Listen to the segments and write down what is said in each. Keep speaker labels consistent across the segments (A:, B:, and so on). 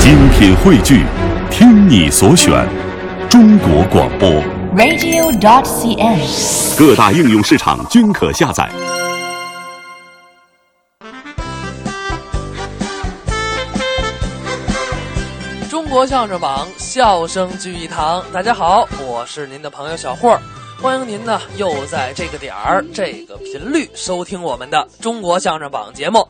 A: 精品汇聚，听你所选，中国广播。
B: radio.cn。
A: 各大应用市场均可下载。
C: 中国相声榜，笑声聚一堂。大家好，我是您的朋友小霍儿，欢迎您呢又在这个点儿、这个频率收听我们的中国相声榜节目。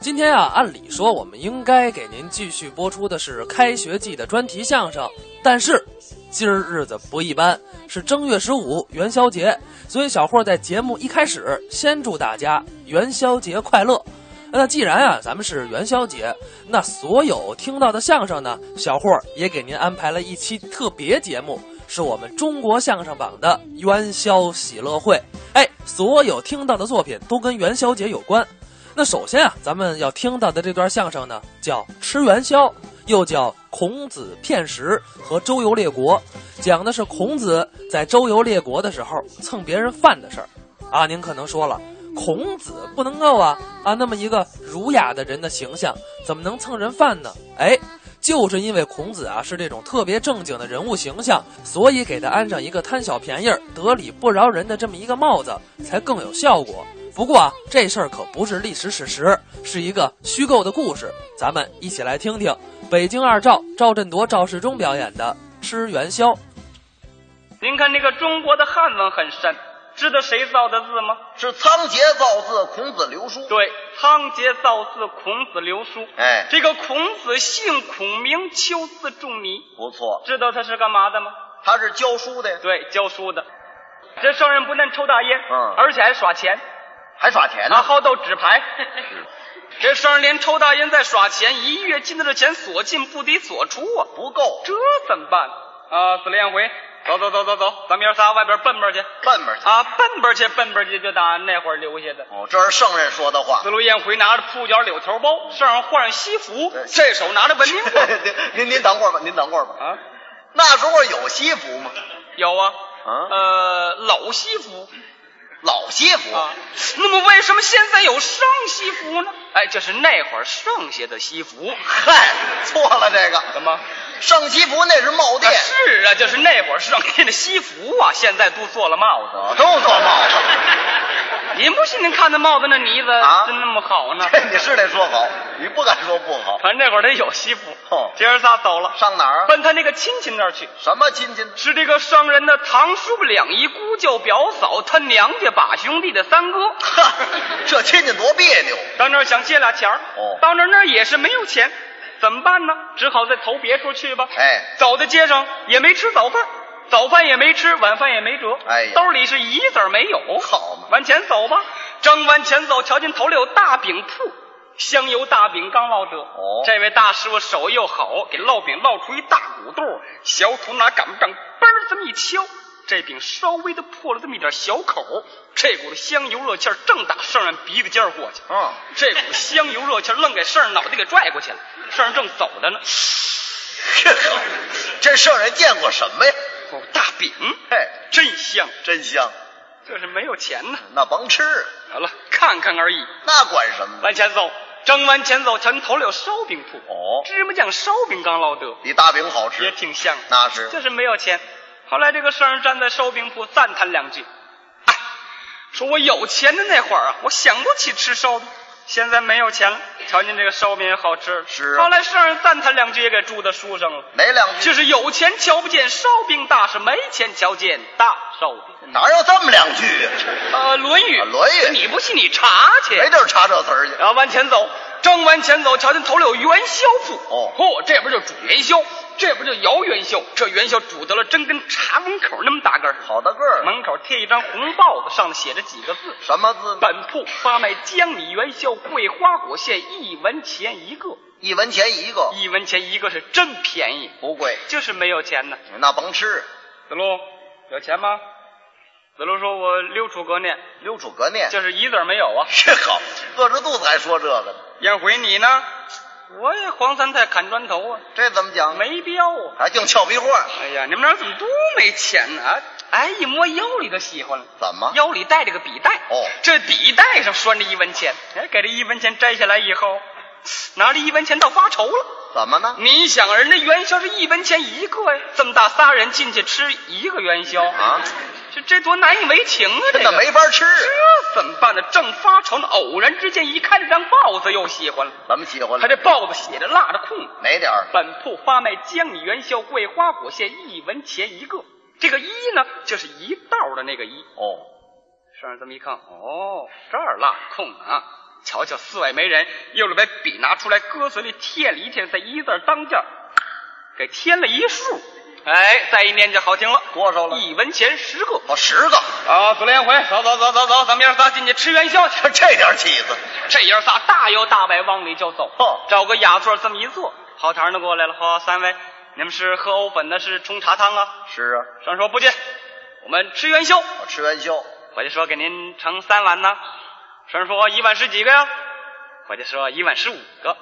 C: 今天啊，按理说我们应该给您继续播出的是开学季的专题相声，但是今儿日子不一般，是正月十五元宵节，所以小霍儿在节目一开始先祝大家元宵节快乐。那既然啊，咱们是元宵节，那所有听到的相声呢，小霍儿也给您安排了一期特别节目，是我们中国相声榜的元宵喜乐会。哎，所有听到的作品都跟元宵节有关。那首先啊，咱们要听到的这段相声呢，叫《吃元宵》，又叫《孔子骗食》和《周游列国》，讲的是孔子在周游列国的时候蹭别人饭的事儿。啊，您可能说了，孔子不能够啊啊那么一个儒雅的人的形象，怎么能蹭人饭呢？哎，就是因为孔子啊是这种特别正经的人物形象，所以给他安上一个贪小便宜儿、得理不饶人的这么一个帽子，才更有效果。不过啊，这事儿可不是历史史实，是一个虚构的故事。咱们一起来听听北京二赵赵振铎、赵世忠表演的《吃元宵》。
D: 您看这个中国的汉文很深，知道谁造的字吗？
E: 是仓颉造字，孔子刘书。，
D: 对，仓颉造字，孔子刘书。
E: 哎
D: 这个孔子姓孔，名丘，字仲尼。
E: 不错，
D: 知道他是干嘛的吗？
E: 他是教书的呀，
D: 对，教书的。这圣人不但抽大烟，
E: 嗯
D: 而且还耍钱，
E: 还耍钱呢
D: 拿。好斗纸 牌。这圣人连抽大烟再耍钱，一月进的这钱所进不抵所出啊，
E: 不够，
D: 这怎么办？啊，子连回，走走走走走，咱们爷仨外边奔奔去。
E: 笨本去。
D: 啊，奔奔去，奔奔去，就打那会儿留下的。
E: 哦，这是圣人说的话
D: 四。路宴回拿着铺角柳条包，上上换上西服
E: 对，
D: 这手拿着文明 棒
E: 您您等会儿吧，您等会儿吧。
D: 啊，
E: 那时候有西服吗？
D: 有啊，
E: 啊
D: 呃，老西服
E: 老西服。
D: 啊。那么为什么现在有上西服呢？哎，这是那会儿剩下的西 服。啊
E: 嗨，错了这个。
D: 怎么？
E: 上西服那是帽
D: 啊
E: 店，
D: 是啊，就是那会儿剩下的西服啊，现在都做了帽子。
E: 我都做帽 子。
D: 您不信？您看那帽子那呢子
E: 啊
D: 真那么好呢？
E: 这你是得说好，你不敢说不好。
D: 反正那会儿得有西服。
E: 哦
D: 这爷仨走了，
E: 上哪儿啊？
D: 奔他那个亲戚那儿去。
E: 什么亲戚呢？
D: 是这个商人的堂叔、两姨、姑舅、表嫂，他娘家把兄弟的三哥，
E: 哈，这亲戚多别扭。
D: 到那儿想借俩钱儿，
E: 哦
D: 到那儿那儿也是没有钱，怎么办呢？只好再投别处去吧。
E: 哎
D: 走在街上也没吃早饭，早饭也没吃，晚饭也没辙，
E: 哎呀
D: 兜里是一子儿没有，
E: 好嘛
D: 往前走吧，正往前走，瞧见头里有大饼铺。香油大饼刚烙着，
E: 哦
D: 这位大师傅手艺又好，给烙饼烙出一大鼓肚儿，小土拿擀棒，嘣儿这么一敲，这饼稍微的破了这么一点小口，这股子香油热气儿正打圣人鼻子尖儿过去，
E: 嗯，
D: 这股香油热气儿愣给圣人脑袋给拽过去了。圣人正走着呢，
E: 这圣人见过什么呀？
D: 哦，大饼，
E: 嘿，
D: 真香！
E: 真香。
D: 就是没有钱呢。
E: 那甭吃，
D: 好了，看看而已。
E: 那管什么呢？
D: 往前走，正往前走，前头里有烧饼铺，
E: 哦
D: 芝麻酱烧饼刚烙得，
E: 比大饼好吃，
D: 也挺香。
E: 那是
D: 就是没有钱。后来这个圣人站在烧饼铺赞叹两句，哎，说我有钱的那会儿啊，我想不起吃烧饼。现在没有钱了，瞧您这个烧饼也好吃了。
E: 是啊
D: 后来圣人赞叹两句，也给注到书上了。
E: 哪两句？
D: 就是有钱瞧不见烧饼大，是没钱瞧见大烧饼。
E: 哪有这么两句啊？
D: 呃，《论语》
E: 啊论语
D: 你不信你查去。
E: 没地儿查这词儿去。
D: 然后往前走，正往前走，瞧见头里有元宵铺。
E: 哦
D: 嚯，这边就煮元宵，这边就摇元宵。这元宵煮得了，真跟茶门口那么大个儿。
E: 好大个儿，
D: 门口贴一张红报子，上面写着几个字：
E: 什么字？
D: 本铺发卖江米元宵、桂花果馅，一文钱一个。
E: 一文钱一个，
D: 一文钱一个是真便宜，
E: 不贵。
D: 就是没有钱呢。
E: 那甭吃，
D: 子路，有钱吗？子路说：“我六处隔念，
E: 溜出隔念。
D: 就是一字儿没有啊。”
E: 这好，饿着肚子还说这个呢，
D: 燕回你呢？我也黄三太砍砖头啊，
E: 这怎么讲？，
D: 没标啊。
E: 还净俏皮话。
D: 哎呀，你们俩怎么都没钱呢、啊？哎，一摸腰里就喜欢了。
E: 怎么？
D: 腰里带着个笔袋，
E: 哦
D: 这笔袋上拴着一文钱。哎，给这一文钱摘下来以后，拿着一文钱倒发愁了。
E: 怎么呢？
D: 你想，啊人家元宵是一文钱一个呀，这么大仨人进去吃一个元宵
E: 啊，
D: 这这多难以为情啊！这
E: 真的
D: 个
E: 没法吃。
D: 这怎么办呢？正发愁呢，偶然之间一看这张报子，又喜欢了。
E: 怎么喜欢
D: 他
E: 了？
D: 这报子写的辣的空，
E: 哪点儿？
D: 本铺发卖江米元宵、桂花果馅，一文钱一个。这个“一”呢，就是一道的那个“一
E: 哦，”。
D: 上这么一看，哦，这儿落空啊！瞧瞧，四外没人，又是把笔拿出来，搁嘴里舔了一舔，在“一”字儿当间儿给添了一竖。哎，再一念就好听了，
E: 多少了
D: 一文钱十个。
E: 哦，十个，
D: 啊，左连回，走走走走走，咱们爷儿仨进去吃元宵去。
E: 这点气子，
D: 这爷儿仨大摇大摆往里就走，
E: 哦
D: 找个雅座这么一坐，好堂的过来了，好，三位，你们是喝藕粉的，是冲茶汤啊？
E: 是啊，
D: 上说不进，我们吃元宵。
E: 我吃元宵，
D: 伙计说给您盛三碗呢，上说一碗是几个呀？伙计说一碗是五个。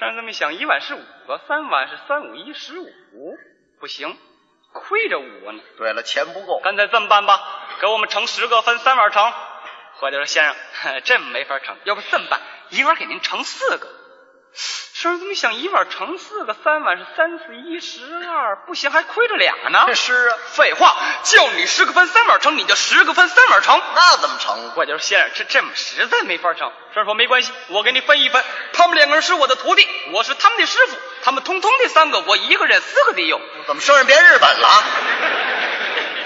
D: 上这么一想，一碗是五个，三碗是三五一十五，不行，亏着五个呢。
E: 对了，钱不够，
D: 干脆这么办吧，给我们盛十个，分三碗盛。伙计说：“先生，呵这没法盛，要不这么办，一碗给您盛四个。”生人这么一想，一碗盛四个，三碗是三四一十二，不行，还亏着俩呢。
E: 是啊，
D: 废话，叫你十个分三碗盛，你就十个分三碗盛。
E: 那怎么成？
D: 伙计说：“先生，这这么实在没法盛。”生人说：“没关系，我给你分一分。他们两个人是我的徒弟，我是他们的师傅，他们通通的三个，我一个人四个得有。”
E: 怎么圣人变日本了啊？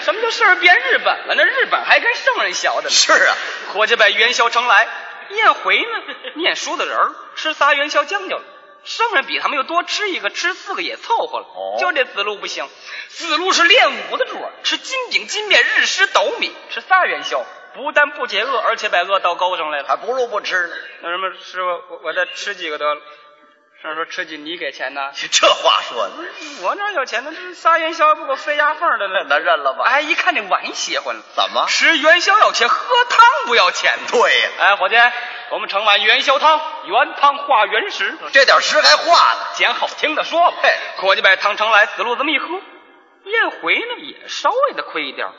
D: 什么叫事儿变日本了？那日本还跟圣人学的呢。
E: 是啊，
D: 伙计把元宵盛来，念回呢，念书的人儿吃仨元宵将就了。圣人比他们又多吃一个，吃四个也凑合了。
E: 哦
D: 就这子路不行，子路是练武的主儿，吃金饼、金面、日食、斗米，吃仨元宵，不但不解饿，而且把饿到高上来了。
E: 还不如不吃呢。
D: 那什么师傅，我我再吃几个得了。圣人说吃几你给钱呢？
E: 这话说的，
D: 我哪有钱呢？这仨元宵还不够塞牙缝儿的呢。
E: 那认了吧？
D: 哎，一看这碗邪混了。
E: 怎么？
D: 吃元宵要钱，喝汤不要 钱的。
E: 对呀，
D: 哎，伙计，我们盛碗元宵汤，原汤化原食，
E: 这点诗还画呢。
D: 捡好听的说吧。
E: 嘿
D: 伙计把汤盛来，死路这么一喝，宴回呢也稍微的亏一点儿，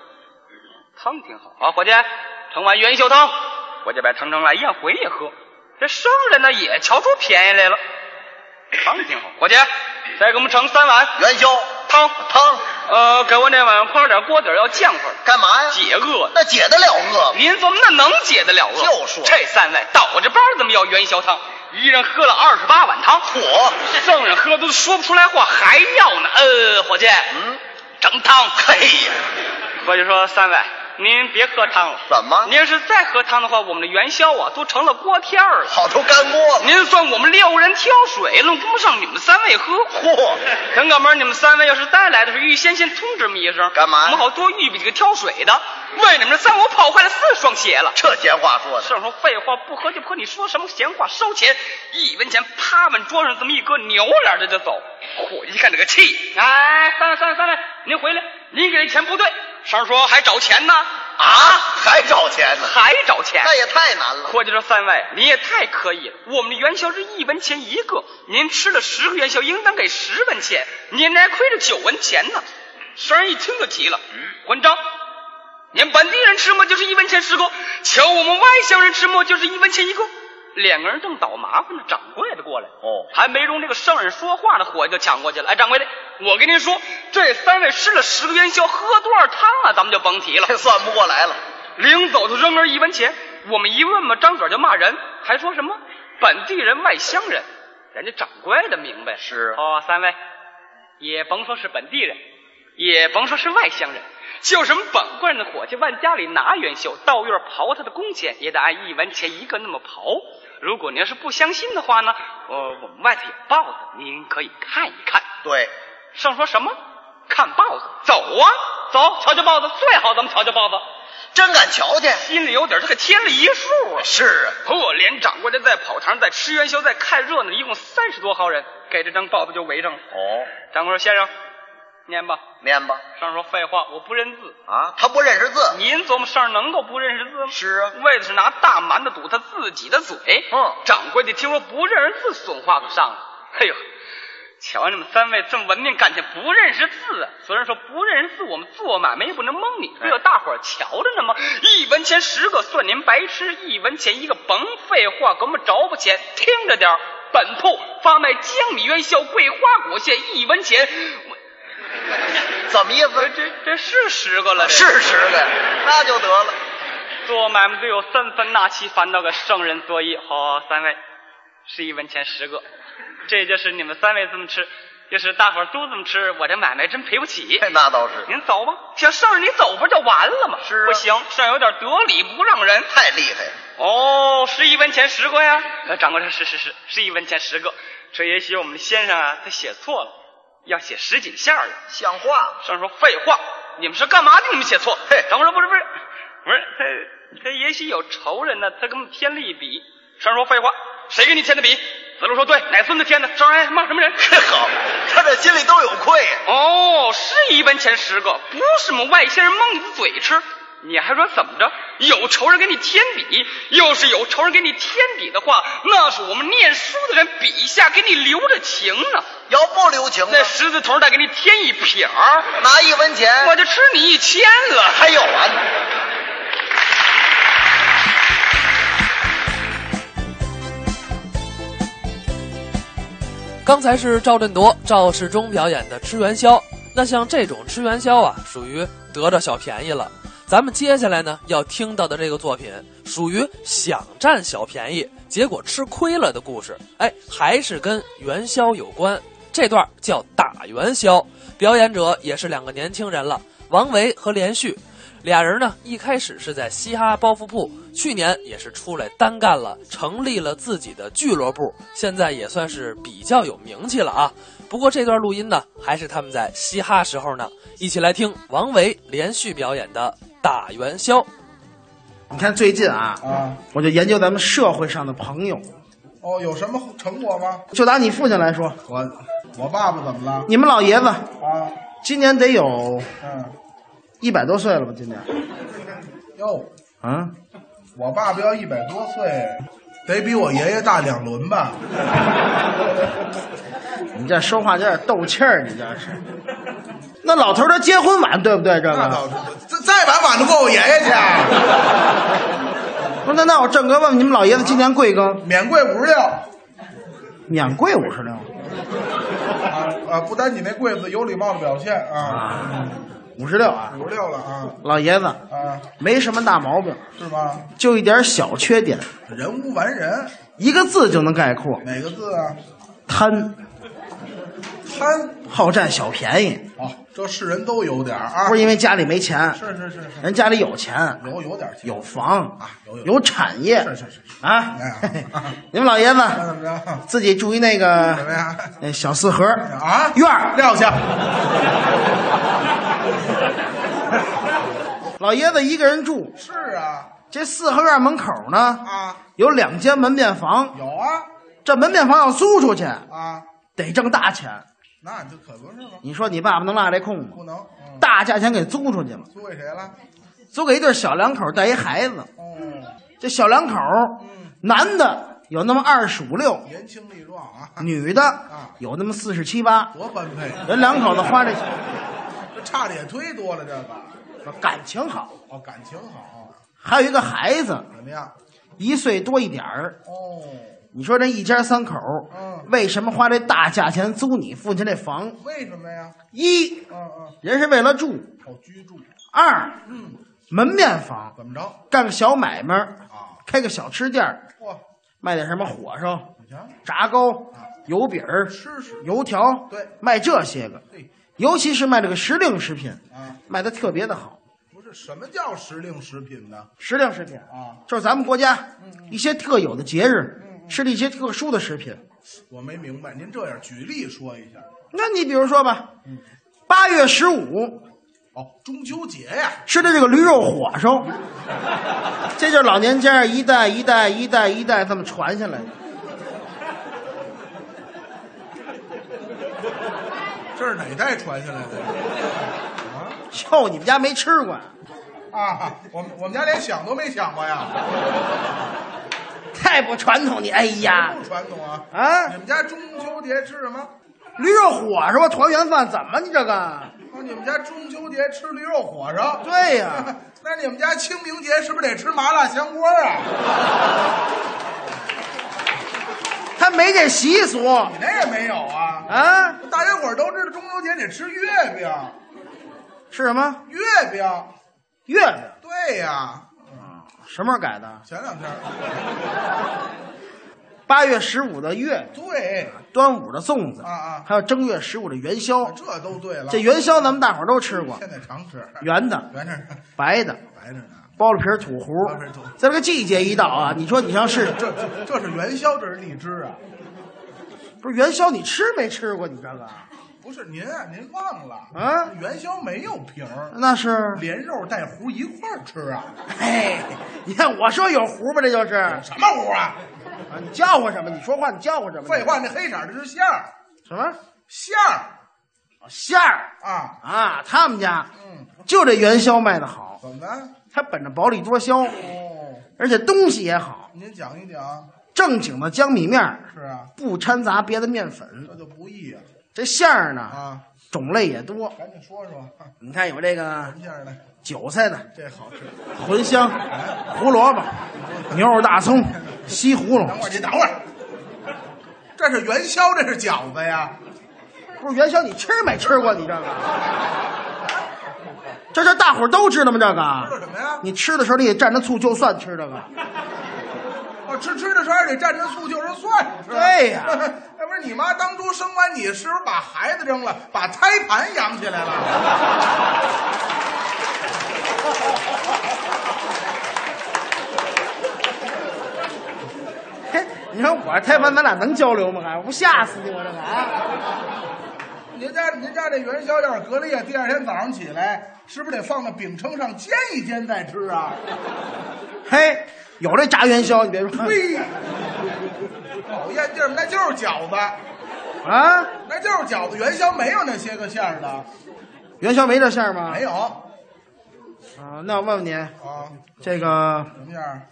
D: 汤挺好啊。伙计，盛碗元宵汤，伙计把汤盛来，宴回也喝。这生人呢也瞧出便宜来了，汤挺好。伙计，再给我们盛三碗
E: 元宵
D: 汤，
E: 汤
D: 呃，给我那碗宽点锅底儿要酱味儿，
E: 干嘛呀？
D: 解饿。
E: 那解得了饿吗？
D: 您怎么那能解得了饿？
E: 就说
D: 这三位倒着班儿怎么要元宵汤？一人喝了二十八碗汤，
E: 火，
D: 圣人喝都说不出来话，还要呢。呃，伙计，
E: 嗯，
D: 整汤。
E: 嘿哎呀，
D: 伙计说：“三位，您别喝汤了。
E: 怎么？
D: 您要是再喝汤的话，我们的元宵啊都成了锅贴儿了。
E: 好出干锅了。
D: 您算我们六人挑水，愣顾不上你们三位喝。
E: 嚯，
D: 很赶门，你们三位要是再来的时候，预先先通知我们一声，
E: 干嘛呀
D: 我们好多预备几个挑水的，为你们这三我跑坏了四双鞋了。”
E: 这闲话说的，
D: 圣说废话，不喝就不喝，你说什么闲话？收钱，一文钱，啪往桌上这么一搁，扭脸的就走。伙计一看这个气，哎，三位三位三位，您回来，您给的钱不对。圣说还找钱呢，
E: 啊， 还找钱呢？
D: 还找钱。
E: 那也太难了。
D: 伙计说：“三位，你也太可以了！我们的元宵是一文钱一个，您吃了十个元宵，应当给十文钱，您还亏了九文钱呢。”生人一听就急了：“混账！你们本地人吃馍就是一文钱十个，瞧我们外乡人吃馍就是一文钱一个。”两个人正倒麻烦呢，掌柜的过来了
E: 哦
D: 还没容这个圣人说话呢，伙计就抢过去了。哎，掌柜的，我跟您说，这三位吃了十个元宵，喝多少汤啊，咱们就甭提了。
E: 这算不过来了。
D: 领走就扔人一文钱。我们一问嘛，张嘴就骂人，还说什么本地人、外乡人，人家掌柜的明白了
E: 是啊
D: 哦，三位也甭说是本地人，也甭说是外乡人，就是我们本官的伙计往家里拿元宵，到院刨他的工钱也得按一文钱一个那么刨。如果您要是不相信的话呢，呃，我们外头有报子，您可以看一看。
E: 对，
D: 上说什么？看报子，走啊，走，瞧瞧报子，最好咱们瞧瞧报子。
E: 真敢瞧见。
D: 心里有底儿，他给添了一数啊！
E: 是啊，
D: 破连掌柜的在跑堂，在吃元宵，在看热闹，一共三十多号人，给这张报子就围上了。
E: 哦，
D: 掌柜说：“先生，念吧。
E: 念吧。”
D: 上说：“废话，我不认字。
E: 啊，他不认识字。
D: 您琢磨上能够不认识字吗？
E: 是啊，
D: 为的是拿大馒头堵他自己的嘴。
E: 嗯
D: 掌柜的听说不认识字，损话就上了。哎呦，瞧你们三位这么文明，感情不认识字啊！虽然说不认识字，我们做买卖也不能蒙你，不有大伙儿瞧着呢吗？一文钱十个，算您白吃；一文钱一个，甭废话，给我们找补钱，听着点儿本铺发卖江米元宵、桂花果馅一文钱。我
E: 怎么意
D: 呃
E: 思？
D: 这这是十个了，这
E: 是十个呀，那就得了。
D: 做买卖都有三分纳气，反倒个圣人作揖。好，三位，是一文钱十个，这就是你们三位这么吃，要是大伙儿都这么吃，我这买卖真赔不起。
E: 哎那倒是，
D: 您走吧，想圣人你走吧，这完了嘛。
E: 是啊
D: 不行，圣人有点得理不让人。
E: 太厉害了。
D: 哦，十一文钱十个呀！呃，掌柜说是是是，十一文钱十个。这也许我们先生啊，他写错了，要写十几下了。
E: 像话吗？
D: 上说废话，你们是干嘛的？你们写错。
E: 嘿
D: 张国说不是不 是不是，他他也许有仇人呢，他给我们添了一笔。上说废话，谁给你添的笔？子路说对，奶孙子添的。上说哎骂什么人？
E: 好，他这心里都有愧呀。
D: 哦，是一文钱十个，不是我们外星人蒙你的嘴吃。你还说怎么着？有仇人给你添笔，要是有仇人给你添笔的话，那是我们念书的人笔下给你留着情呢。
E: 要不留情呢
D: 那，十字头再给你添一撇儿，
E: 拿一文钱
D: 我就吃你一千了。
E: 还有完呢。
C: 刚才是赵振铎、赵世忠表演的吃元宵。那像这种吃元宵啊，属于得着小便宜了。咱们接下来呢要听到的这个作品，属于想占小便宜，结果吃亏了的故事。哎，还是跟元宵有关。这段叫打元宵，表演者也是两个年轻人了，王维和连续。俩人呢，一开始是在嘻哈包袱铺，去年也是出来单干了，成立了自己的俱乐部，现在也算是比较有名气了啊。不过这段录音呢，还是他们在嘻哈时候呢，一起来听王维连续表演的《打元宵》。
B: 你看最近啊，
F: 啊，
B: 我就研究咱们社会上的朋友。
F: 哦，有什么成果吗？
B: 就拿你父亲来说，
F: 我我爸爸怎么了？
B: 你们老爷子
F: 啊，
B: 今年得有
F: 嗯，
B: 一百多岁了吧？今年
F: 哟，
B: 啊，
F: 我爸爸要一百多岁，得比我爷爷大两轮吧？
B: 你这说话有点斗气儿，你这是。那老头儿他结婚晚，对不对？这
F: 那
B: 个
F: 倒是，再再晚晚都过我爷爷去啊，
B: 不是那那我正哥问问你们老爷子今年贵庚？
F: 免贵五十六
B: 免贵五十六，
F: 啊啊！不单你那柜子有礼貌的表现啊，
B: 五十六啊，
F: 五十六了啊
B: 老爷子
F: 啊，
B: 没什么大毛病，
F: 是吗？
B: 就一点小缺点，
F: 人无完人，
B: 一个字就能概括：
F: 哪个字啊？
B: 贪，
F: 贪
B: 好占小便宜。
F: 啊，这世人都有点儿啊，
B: 不是因为家里没钱，
F: 是是是是，
B: 人家里有钱，
F: 有哎有点儿钱
B: 有房
F: 啊有有
B: 有产业，
F: 是是是是
B: 啊
F: 哎呀！
B: 你们老爷子
F: 那 怎么 着？
B: 自己住一那
F: 怎么
B: 个
F: 样？
B: 那小四合
F: 啊
B: 院儿，
F: 撂下。
B: 老爷子一个人住，
F: 是啊
B: 这四合院门口呢
F: 啊，
B: 有两间门面房，
F: 有啊
B: 这门面房要租出去
F: 啊，
B: 得挣大钱，
F: 那你就可不是吗？
B: 你说你爸爸能落这空吗？
F: 不能，嗯，
B: 大价钱给租出去了，
F: 租给谁了？
B: 租给一对小两口带一孩子，
F: 哦，
B: 这小两口
F: 嗯，
B: 男的有那么二十五六，
F: 年轻力壮啊，
B: 女的有那么四十七八，
F: 多般配，
B: 人两口子花这
F: 这差的也忒多了，这个
B: 感情好，
F: 哦，感情好，
B: 还有一个孩子
F: 怎么样？
B: 一岁多一点儿。
F: 哦，
B: 你说这一家三口，
F: 嗯
B: 为什么花这大价钱租你父亲这房？
F: 为什么呀？
B: 一，
F: 嗯嗯，
B: 人是为了住；
F: 好居住，
B: 二，
F: 嗯，
B: 门面房，
F: 怎么着
B: 干个小买卖，
F: 啊？
B: 开个小吃店儿，
F: 嚯，
B: 卖点什么火烧、
F: 你瞧，
B: 炸糕、油饼儿、
F: 吃食，
B: 油条，
F: 对
B: 卖这些个，
F: 嘿
B: 尤其是卖这个时令食品，
F: 啊，
B: 卖的特别的好。
F: 不是什么叫时令食品呢？
B: 时令食品
F: 啊，嗯
B: 就是咱们国家一些特有的节日，吃的一些特殊的食品。
F: 我没明白，您这样举例说一下。
B: 那你比如说吧，八月十五
F: 哦，中秋节呀，
B: 吃的这个驴肉火烧，这就是老年间儿一代一代一代一代这么传下来的。
F: 这是哪代传下来的呀？
B: 哟，你们家没吃过啊？
F: 啊，我们我们家连想都没想 过呀，
B: 太不传统你！哎呀，
F: 不传统啊！
B: 啊
F: 你们家中秋节吃什么？
B: 驴肉火烧团圆饭怎么你这个？
F: 哦，你们家中秋节吃驴肉火烧？
B: 对呀
F: 那你们家清明节是不是得吃麻辣香锅啊？
B: 他没这习俗
F: 你那也没有啊！
B: 啊？
F: 大家伙儿都知道中秋节得吃月饼，
B: 是什么
F: 月饼，
B: 月饼？
F: 对呀、
B: 什么时候改的？
F: 前两天，
B: 八月十五的月饼，
F: 对，
B: 端午的粽子
F: 啊啊
B: 还有正月十五的元宵。
F: 这都对了。
B: 这元宵咱们大伙儿都吃过，
F: 现在常吃，
B: 圆的、
F: 圆着呢，
B: 白的，
F: 白着呢。
B: 包了皮儿吐
F: 包了皮儿吐
B: 糊。在这个季节一到啊，你说你上 市场，
F: 这这这是元宵，这是荔枝啊！
B: 不是元宵你吃没吃过？你这个
F: 不是您啊，您忘了
B: 啊
F: 元宵没有皮儿，
B: 那 是，
F: 连肉带糊一块儿吃啊！
B: 哎， 你看我说有糊吧，这就是啊！
F: 什么糊啊？
B: 你叫唤什么？你说话你叫唤什么？
F: 废，话，那黑色儿的是馅儿，
B: 什么
F: 馅儿
B: 哦馅儿
F: 啊！
B: 啊？他们家
F: 嗯，
B: 就这元宵卖的好，
F: 怎么的？
B: 他本着薄利多销，
F: 哦，
B: 而且东西也好，
F: 您讲一讲。
B: 正经的江米面儿
F: 是啊，
B: 不掺杂别的面粉，
F: 这就不易啊！
B: 这馅儿呢
F: 啊，
B: 种类也多。
F: 赶紧说说啊
B: 你看有这个
F: 什么馅儿的？
B: 韭菜的、
F: 这好吃。
B: 茴香、胡萝卜、牛肉大葱、西葫芦
F: 等。会儿，你等会儿，这是元宵，这是饺子呀！
B: 不是元宵，你吃没吃过？你这个，这这大伙儿都知道吗？这
F: 知道
B: 个，
F: 什么呀？
B: 你吃的时候你得蘸着醋就蒜吃这个。
F: 哦，吃吃的时候得蘸着醋，就是蒜吃。
B: 对 呀
F: 那不是你妈当初生完你，是不是把孩子扔了，把胎盘养起来了？
B: 嘿，你说我太烦，咱俩能交流吗？还我不吓死你我这个啊！
F: 您家您家这元宵要是隔了夜，第二天早上起来，是不是得放到饼铛上煎一煎再吃啊？
B: 嘿，有这炸元宵，你别说
F: 呸！讨厌地儿，那就是饺子，
B: 啊，
F: 那就是饺子。元宵没有那些个馅儿的，
B: 元宵没这馅儿吗？
F: 没有啊？
B: 啊，那我问问您，
F: 什
B: 这个
F: 么馅儿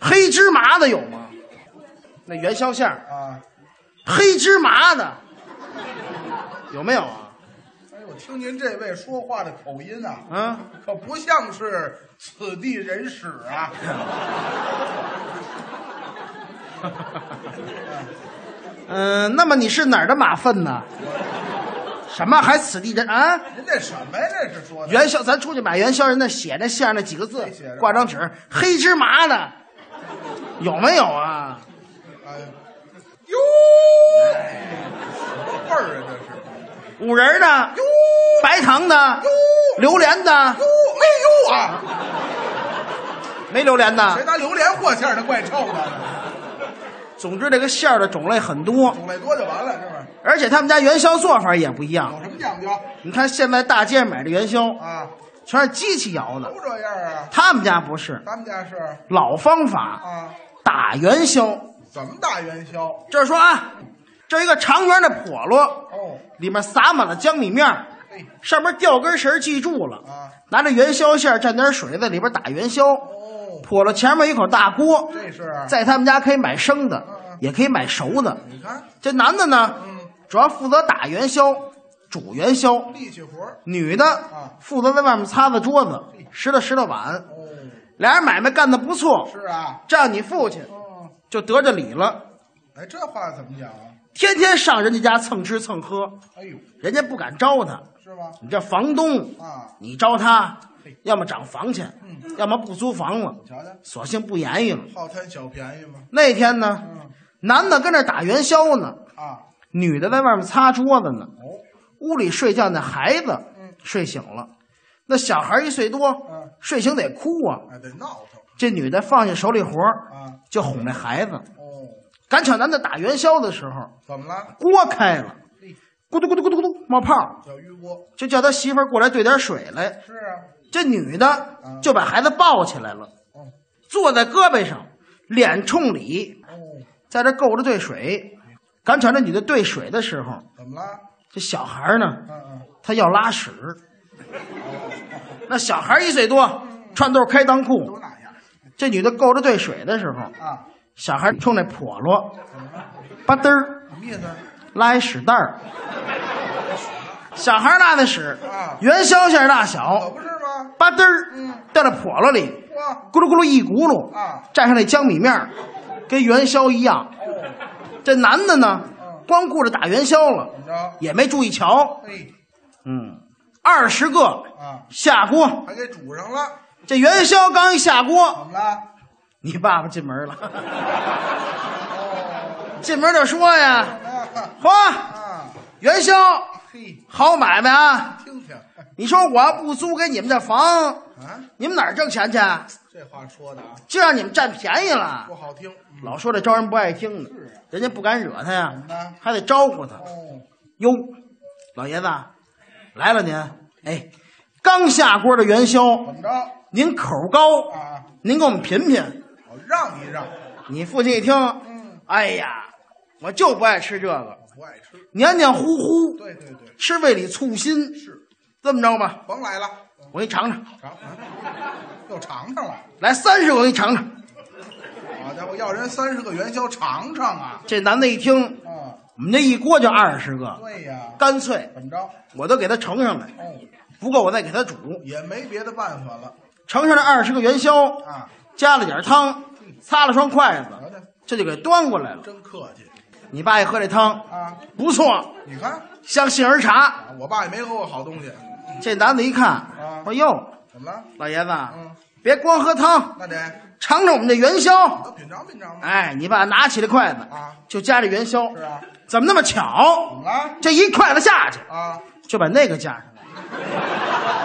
B: 黑芝麻的有吗？那元宵馅儿，
F: 啊？
B: 黑芝麻的有没有啊？
F: 哎呦，我听您这位说话的口音啊，
B: 啊，
F: 可不像是此地人使啊！
B: 嗯、那么你是哪儿的马粪呢？什么还此地人啊？
F: 您这什么呀？这是说的
B: 元宵，咱出去买元宵，人那写那馅儿那几个字
F: 谁写的，
B: 挂张纸，黑芝麻的，有没有啊？
F: 哎呦，哟，什么味儿啊？这是
B: 五仁儿的，
F: 哟
B: 白糖的，
F: 哟
B: 榴莲的，
F: 哟没哟啊？
B: 没榴莲
F: 谁
B: 的。
F: 拿榴莲和馅儿的怪臭的？
B: 总之，这个馅儿的种类很多，
F: 种类多就完了，是不是？
B: 而且他们家元宵做法也不一样。
F: 有什么讲究
B: 你看现在大街上买的元宵，
F: 啊？
B: 全是机器摇的
F: 都，这样啊？
B: 他们家不是，
F: 咱们家是
B: 老方法，
F: 啊，
B: 打元宵。
F: 怎么大元宵？
B: 这儿说啊，这儿一个长圆的笸箩，
F: 哦，
B: 里面撒满了江米面儿，
F: 嘿，
B: 上面吊根绳儿系住了，
F: 啊
B: 拿着元宵馅儿蘸点水，在里边打元宵。
F: 哦，
B: 笸箩前面有口大锅，
F: 这是
B: 在他们家可以买生的
F: 啊嗯嗯，
B: 也可以买熟的。
F: 你看
B: 这男的呢
F: 嗯，
B: 主要负责打元宵、煮元宵；
F: 力气活儿
B: 女
F: 啊
B: 的负责在外面擦擦桌子、拾掇拾掇碗。
F: 哦，
B: 俩人买卖干得不错，
F: 是啊，
B: 这样你父亲
F: 哦，
B: 就得着理了，
F: 哎，这话怎么讲啊？
B: 天天上人家家蹭吃蹭喝。
F: 哎呦，
B: 人家不敢招他。
F: 是吗？
B: 你这房东，
F: 啊，
B: 你招他
F: 嘿，
B: 要么涨房钱，
F: 嗯
B: 要么不租房了，
F: 瞧瞧，
B: 索性不言语了。
F: 好贪小便宜嘛。
B: 那天呢，
F: 嗯
B: 男的跟那儿打元宵呢，
F: 啊，
B: 女的在外面擦桌子呢。
F: 哦，
B: 屋里睡觉那孩子
F: 嗯
B: 睡醒了，那小孩一岁多
F: 嗯，
B: 睡醒得哭啊。
F: 哎，得闹腾
B: 这女的放下手里活儿
F: 啊。
B: 就哄那孩子。
F: 哦，
B: 赶巧男的打元宵的时候，
F: 怎么了？
B: 锅开了
F: 嘿，
B: 咕嘟咕嘟咕嘟咕嘟冒泡，
F: 小玉锅
B: 就叫他媳妇儿过来兑点水来。
F: 是啊。
B: 这女的
F: 嗯
B: 就把孩子抱起来了，
F: 哦
B: 坐在胳膊上，脸冲里，
F: 哦，
B: 在这够着兑水。赶巧这女的兑水的时候，
F: 怎么了？
B: 这小孩呢，
F: 嗯嗯，
B: 他要拉屎。那小孩一岁多，穿都是开裆
F: 都
B: 裤。
F: 那样
B: 这女的够着兑水的时候，
F: 啊？
B: 小孩冲那笸箩，吧嘚儿
F: 什么意思？
B: 拉一屎蛋儿。小孩拉的屎
F: 啊，哦
B: 元宵馅儿大
F: 可
B: 小，
F: 不是吗？
B: 吧嘚儿
F: 嗯
B: 掉到笸箩里。
F: 哇，
B: 咕噜咕噜一咕噜
F: 啊
B: 蘸上那江米面儿跟元宵一样，这男的呢
F: 嗯，
B: 光顾着打元宵了
F: 怎，么着？
B: 也没注意瞧。
F: 哎，
B: 嗯，二十个
F: 啊，
B: 下锅，
F: 还给煮上了，
B: 这元宵刚一下
F: 怎
B: 锅，
F: 么了？
B: 你爸爸进门了，
F: 哦
B: 进门就说呀
F: 啊：“
B: 嚯，
F: 啊，
B: 元宵
F: 嘿，
B: 好买卖啊！
F: 听听哎
B: 你说我要不租给你们这房，
F: 啊，
B: 你们哪儿挣钱去？
F: 这话说的啊
B: 就让你们占便宜了。
F: 不好听。嗯
B: 老说这招人不爱听的，人家不敢惹他
F: 啊怎么呢
B: 呀，还得招呼他。
F: 哦，
B: 哟，老爷子来了您，哎，刚下锅的元宵
F: 怎，么着
B: 您口高，
F: 啊？
B: 您给我们品品。
F: 我让一让，
B: 你父亲一听
F: 嗯，
B: 哎呀，我就不爱吃这个，
F: 不爱吃。
B: 黏黏糊糊，
F: 对对对，
B: 吃胃里醋心。
F: 是，
B: 这么着吧，
F: 甭来了，
B: 我给你尝尝，
F: 尝啊，又尝尝了。
B: 来三十个我给你尝尝。
F: 好家伙，要人三十个元宵尝尝啊！
B: 这男的一听，
F: 啊，
B: 我们这一锅就二十个，
F: 对呀，
B: 干脆
F: 怎么着？
B: 我都给他盛上来，
F: 哦，
B: 不够我再给他煮。
F: 也没别的办法了
B: 盛上了二十个元宵，
F: 啊！
B: 加了点汤，擦了双筷
F: 瞧瞧
B: 子，，这就给端过来了。
F: 真客气
B: 你爸一喝这汤，
F: 啊！
B: 不错，
F: 你看，
B: 像杏儿茶。
F: 啊我爸也没喝过好东西。
B: 这男的一看
F: 啊，
B: 说哟，
F: 怎么了？
B: 老爷子，
F: 嗯
B: 别光喝汤，
F: 那得
B: 尝尝我们这元宵。
F: 那品尝品尝吧。
B: 哎，你爸拿起了筷子
F: 啊，
B: 就夹着元宵
F: 是，啊，
B: 怎么那么
F: 怎
B: 巧？
F: 么了？
B: 这一筷子下去，
F: 啊，
B: 就把那个夹上了。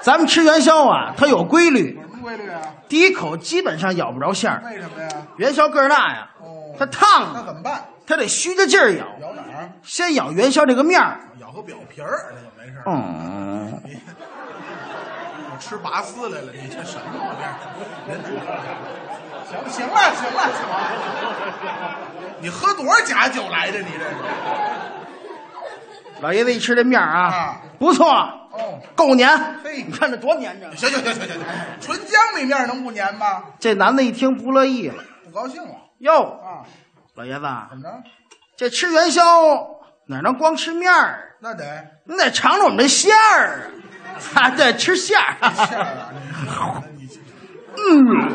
B: 咱们吃元宵啊，它有规律，
F: 有什么规律啊？
B: 第一口基本上咬不着馅儿。
F: 为什么呀？
B: 元宵个儿大呀，
F: 哦，
B: 它烫
F: 那
B: 啊，
F: 怎么办？
B: 它得虚着劲儿咬。
F: 咬哪儿？
B: 先咬元宵这个面儿，
F: 咬个表皮儿，这个没事儿。
B: 嗯，
F: 我吃拔丝来了，你这什么玩意儿？您 这行行了，行了，行了。你喝多少假酒来着？你这是？
B: 老爷子一吃这面儿啊
F: 啊，
B: 不错，
F: 哦，
B: 够粘。
F: 嘿
B: 你看这多粘着。
F: 行行行行行行，纯江米面能不粘吗？
B: 这男的一听不乐意了，
F: 不高兴了
B: 哟，
F: 啊？
B: 老爷子啊，
F: 怎么着？
B: 这吃元宵哪能光吃面儿？
F: 那得
B: 你得尝尝我们这馅儿啊，还得吃馅儿。
F: 馅
B: 嗯
F: 儿啊！你你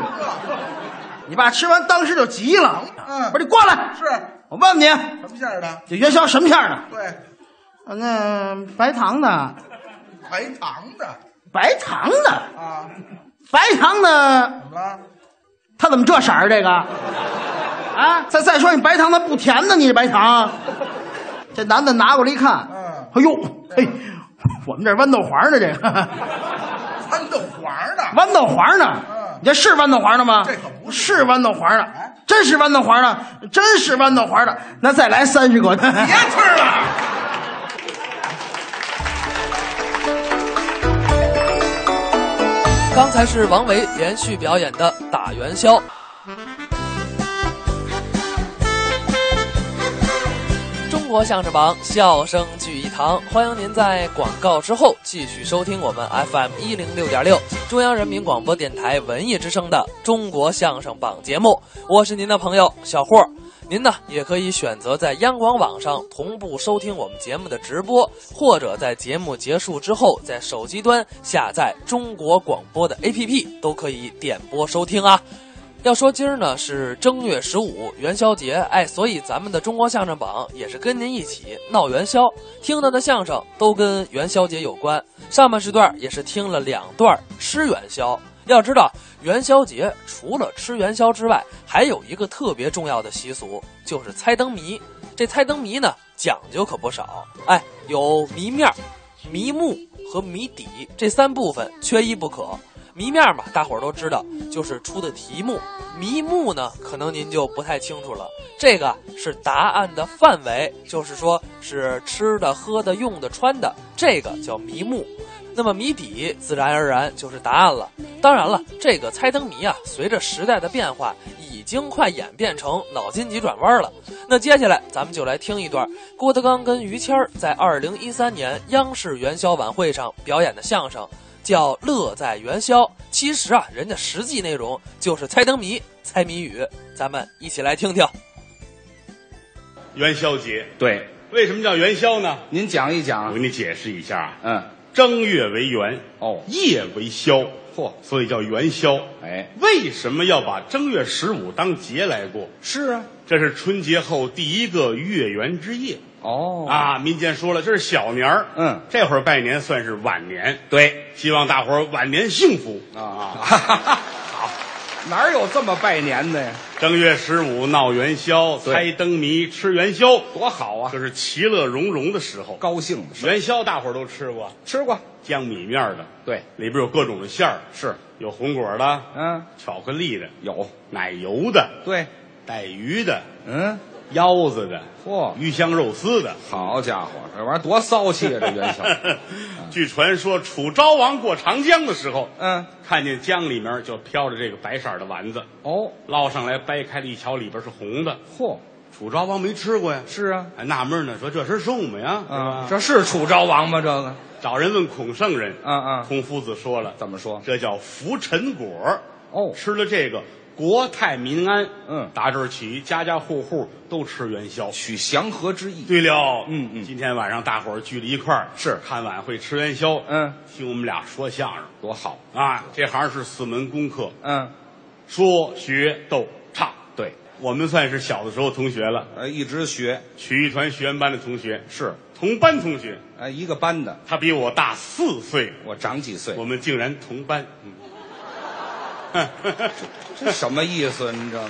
B: 你爸吃完当时就急了，
F: 嗯
B: 不是你过来，
F: 是
B: 我问你，
F: 什么馅儿的？
B: 这元宵什么馅儿的？
F: 对，
B: 啊那白糖的，
F: 白糖的
B: 白糖的，
F: 啊？
B: 白糖的
F: 怎么了？
B: 他怎么这色儿这个？啊！再再说你白糖它不甜呢，你这白糖。这男的拿过来一看，
F: 嗯
B: 哎呦，嘿，我们这儿豌豆黄 呢，这个
F: 豌豆黄的？
B: 豌豆黄呢
F: 嗯，
B: 你这是豌豆黄的吗？
F: 这可不
B: 是豌豆黄的
F: 哎，
B: 真是豌豆黄的，真是豌豆黄的。那再来三十个，
F: 别吃了！
C: 刚才是王维连续表演的打元宵。中国相声榜，笑声聚一堂。欢迎您在广告之后继续收听我们 FM 一零六点六中央人民广播电台文艺之声的《中国相声榜》节目，我是您的朋友小霍儿。您呢也可以选择在央广网上同步收听我们节目的直播，或者在节目结束之后，在手机端下载中国广播的 APP，都可以点播收听啊。要说今儿呢是正月十五元宵节，哎，所以咱们的中国相声榜也是跟您一起闹元宵，听到的相声都跟元宵节有关。上半时段也是听了两段吃元宵。要知道，元宵节除了吃元宵之外，还有一个特别重要的习俗，就是猜灯谜。这猜灯谜呢，讲究可不少，哎，有谜面儿、谜目和谜底这三部分缺一不可。谜面嘛，大伙儿都知道，就是出的题目；谜目呢，可能您就不太清楚了。这个是答案的范围，就是说是吃的、喝的、用的、穿的，这个叫谜目。那么谜底自然而然就是答案了。当然了，这个猜灯谜啊，随着时代的变化，已经快演变成脑筋急转弯了。那接下来咱们就来听一段郭德纲跟于谦儿在二零一三年央视元宵晚会上表演的相声，叫《乐在元宵》。其实啊，人家实际内容就是猜灯谜、猜谜语。咱们一起来听听。
G: 元宵节
H: 对，
G: 为什么叫元宵呢？
H: 您讲
G: 我
H: 一讲。
G: 给你解释一下啊，
H: 嗯，
F: 正月为元，
I: 哦
F: 夜为宵，
I: 嚯
F: 所以叫元宵。
I: 哎
F: 为什么要把正月十五当节来过？
I: 是啊，
F: 这是春节后第一个月圆之夜、
I: 哦
F: 啊！民间说了，这是小年儿，
I: 嗯
F: 这会儿拜年算是晚年，
I: 对
F: 希望大伙儿晚年幸福
I: 啊，好，哪有这么拜年的呀？
F: 正月十五闹元宵，
I: 对
F: 猜灯谜，吃元宵，
I: 多好啊
F: 这，是其乐融融的时候。
I: 高兴的事儿
F: 元宵大伙儿都吃过，
I: 吃过，
F: 江米面儿的，
I: 对，
F: 里边有各种的馅儿，
I: 是，
F: 有红果的，
I: 嗯，
F: 巧克力的，
I: 有，
F: 奶油的，
I: 对，
F: 带鱼的，
I: 嗯，
F: 腰子的，
I: 嚯
F: 鱼香肉丝的。
I: 好家伙，这玩意儿多骚气啊！这元宵，
F: 据传说，楚昭王过长江的时候，
I: 嗯，
F: 看见江里面就飘着这个白色儿的丸子，
I: 哦，
F: 捞上来掰开了一瞧，里边是红的。
I: 嚯，
F: 楚昭王没吃过呀，
I: 是啊，
F: 还纳闷呢，说这是什么呀？
I: 啊，
F: 是吧
I: 这是楚昭王吗？这个
F: 找人问孔圣人，
I: 嗯嗯
F: 孔夫子说了，
I: 怎么说？
F: 这叫浮尘果，
I: 哦，
F: 吃了这个国泰民安。
I: 嗯
F: 打这儿起，家家户户都吃元宵。
I: 取祥和之意，
F: 对了，
I: 嗯嗯
F: 今天晚上大伙儿聚在一块儿，
I: 是
F: 看晚会吃元宵，
I: 嗯，
F: 听我们俩说相声
I: 多好，
F: 啊，这行是四门功课，
I: 嗯，
F: 说学逗唱，
I: 对，
F: 我们算是小的时候同学了，
I: 呃，一直学
F: 曲艺团学员班的同学，
I: 是，
F: 同班同学，
I: 呃，一个班的，
F: 他比我大四岁，
I: 我长几岁
F: 我，们竟然同班，嗯，
I: 这什么意思？您这，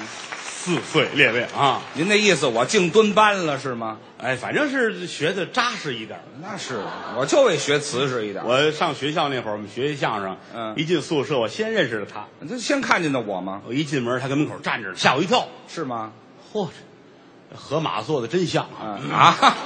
F: 四岁，列位啊，
I: 您那意思我净蹲班了是吗？
F: 哎，反正是学的扎实一点儿。
I: 那是，我就为学瓷实一点。
F: 我上学校那会儿，我们学相声，
I: 啊嗯
F: 一进宿舍，我先认识了他，
I: 你这先看见的我吗？
F: 我一进门，他跟门口站着呢，吓我一跳，
I: 是吗？
F: 嚯，这河马做的真像啊，
I: 嗯啊，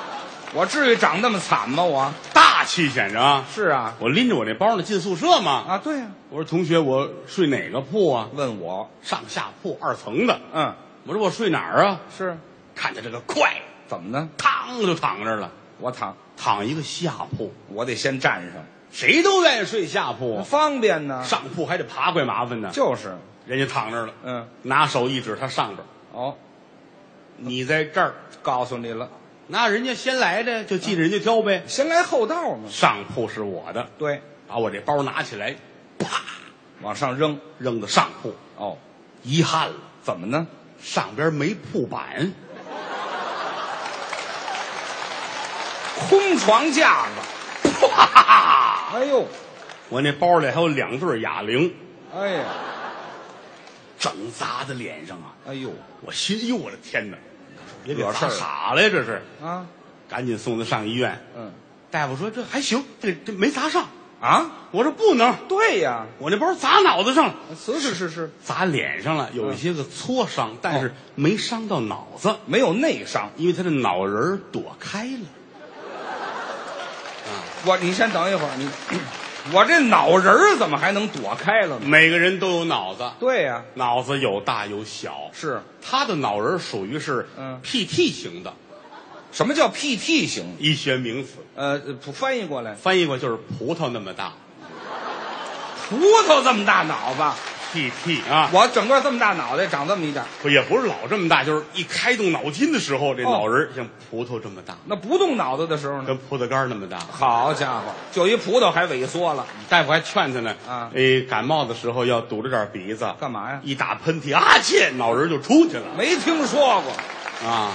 I: 我至于长那么惨吗？我
F: 大气显着啊。
I: 是啊，
F: 我拎着我那包呢，进宿舍嘛。
I: 啊对呀、
F: 我说同学，我睡哪个铺啊？
I: 问我，
F: 上下铺二层的。
I: 嗯，
F: 我说我睡哪儿啊？
I: 是
F: 看见这个快，
I: 怎么呢？
F: 嘡就躺这儿了，
I: 我躺，
F: 躺一个下铺，
I: 我得先站上，
F: 谁都愿意睡下铺啊，
I: 方便呢。
F: 上铺还得爬，怪麻烦的。
I: 就是，
F: 人家躺这儿了，
I: 嗯，
F: 拿手一指他上边儿，
I: 哦，
F: 你在这儿，
I: 告诉你了，
F: 那人家先来的就记着人家挑呗。
I: 先来后到嘛。
F: 上铺是我的，
I: 对，
F: 把我这包拿起来，啪
I: 往上扔。
F: 扔到上铺，
I: 哦，
F: 遗憾了，
I: 怎么呢？
F: 上边没铺板。
I: 空床架子。
F: 啪！
I: 哎呦，
F: 我那包里还有两对哑铃，
I: 哎呀，
F: 整砸在脸上啊！
I: 哎呦，
F: 我心，哎呦，我的天哪！也给
I: 惹事
F: 砸
I: 儿了
F: 傻了呀，这是！
I: 啊，
F: 赶紧送他上医院。
I: 嗯，
F: 大夫说这还行，这这没砸上。
I: 啊，
F: 我说不能，
I: 对呀，啊
F: 我那包砸脑子上了，嗯
I: 是是是是，
F: 砸脸上了，有一些个挫伤，但是没伤到脑子，
I: 没有内伤。
F: 因为他的脑仁儿躲开了。
I: 我，你先等一会儿，你， 我这脑仁儿怎么还能躲开了呢？
F: 每个人都有脑子，
I: 对呀，
F: 脑子有大有小，
I: 是
F: 他的脑仁儿属于是
I: 嗯
F: PT 型的
I: 什么叫 PT 型？
F: 医学名词。
I: 呃，不翻译过来，
F: 翻译过就是葡萄那么大
I: 葡萄这么大脑子，
F: ，PT 啊，
I: 我整个这么大脑袋长这么一点儿，
F: 不也不是老这么大，就是一开动脑筋的时候，这
I: 哦嗯
F: 脑仁儿像葡萄这么大，
I: 那不动脑子的时候呢？
F: 跟葡萄干儿那么大。
I: 好家伙，就一葡萄还萎缩了，
F: 大夫还劝他呢，
I: 啊
F: 哎，感冒的时候要堵着点鼻子，
I: 干嘛呀？
F: 一打喷嚏，啊切，脑仁儿就出去了
I: 没听说过，
F: 啊。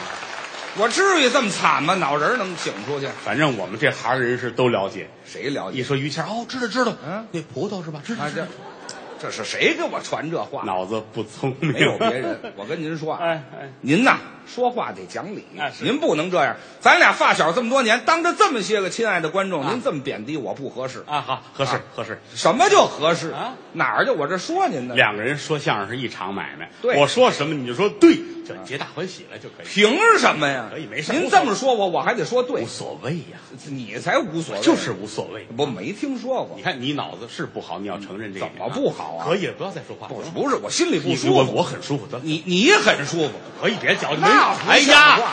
I: 我至于这么惨吗？脑仁儿能请出去？
F: 反正我们这行人是都了解，
I: 谁了
F: 一
I: 解？
F: 说于谦儿，哦，知道知道，
I: 嗯
F: 那葡萄是吧？知道
I: 啊，
F: 知道
I: 这。这是谁给我传这话？
F: 脑子不聪 明，
I: 没有别人，我跟您说啊，
F: 哎哎
I: 您呐说话得讲理，
F: 哎是
I: 您不能这样。咱俩发小这么多年，当着这么些个亲爱的观众，您这么贬低我不合适。
F: 啊，好，合适
I: 啊
F: 合适。
I: 什么叫合适
F: 啊？
I: 哪儿就我这说您呢？
F: 两个人说相声是一场买卖，
I: 对嗯
F: 我说什么你就说对，就皆大欢喜了就可以。
I: 凭什么呀？
F: 可以没事
I: 您这么说我，我还得说对
F: 无，所谓呀、
I: 你才无所谓。
F: 就是无所谓。
I: 我没听说过
F: 你，看你脑子是不好，你要承认这一点、
I: 怎么不好啊
F: 可以了，不要再说话。
I: 不是不是，我心里不
F: 你
I: 舒
F: 我
I: 服。
F: 我很舒服，得了
I: 你你很舒服，
F: 可以别矫情。
I: 那不
F: 哎
I: 像
F: 呀，
I: 话。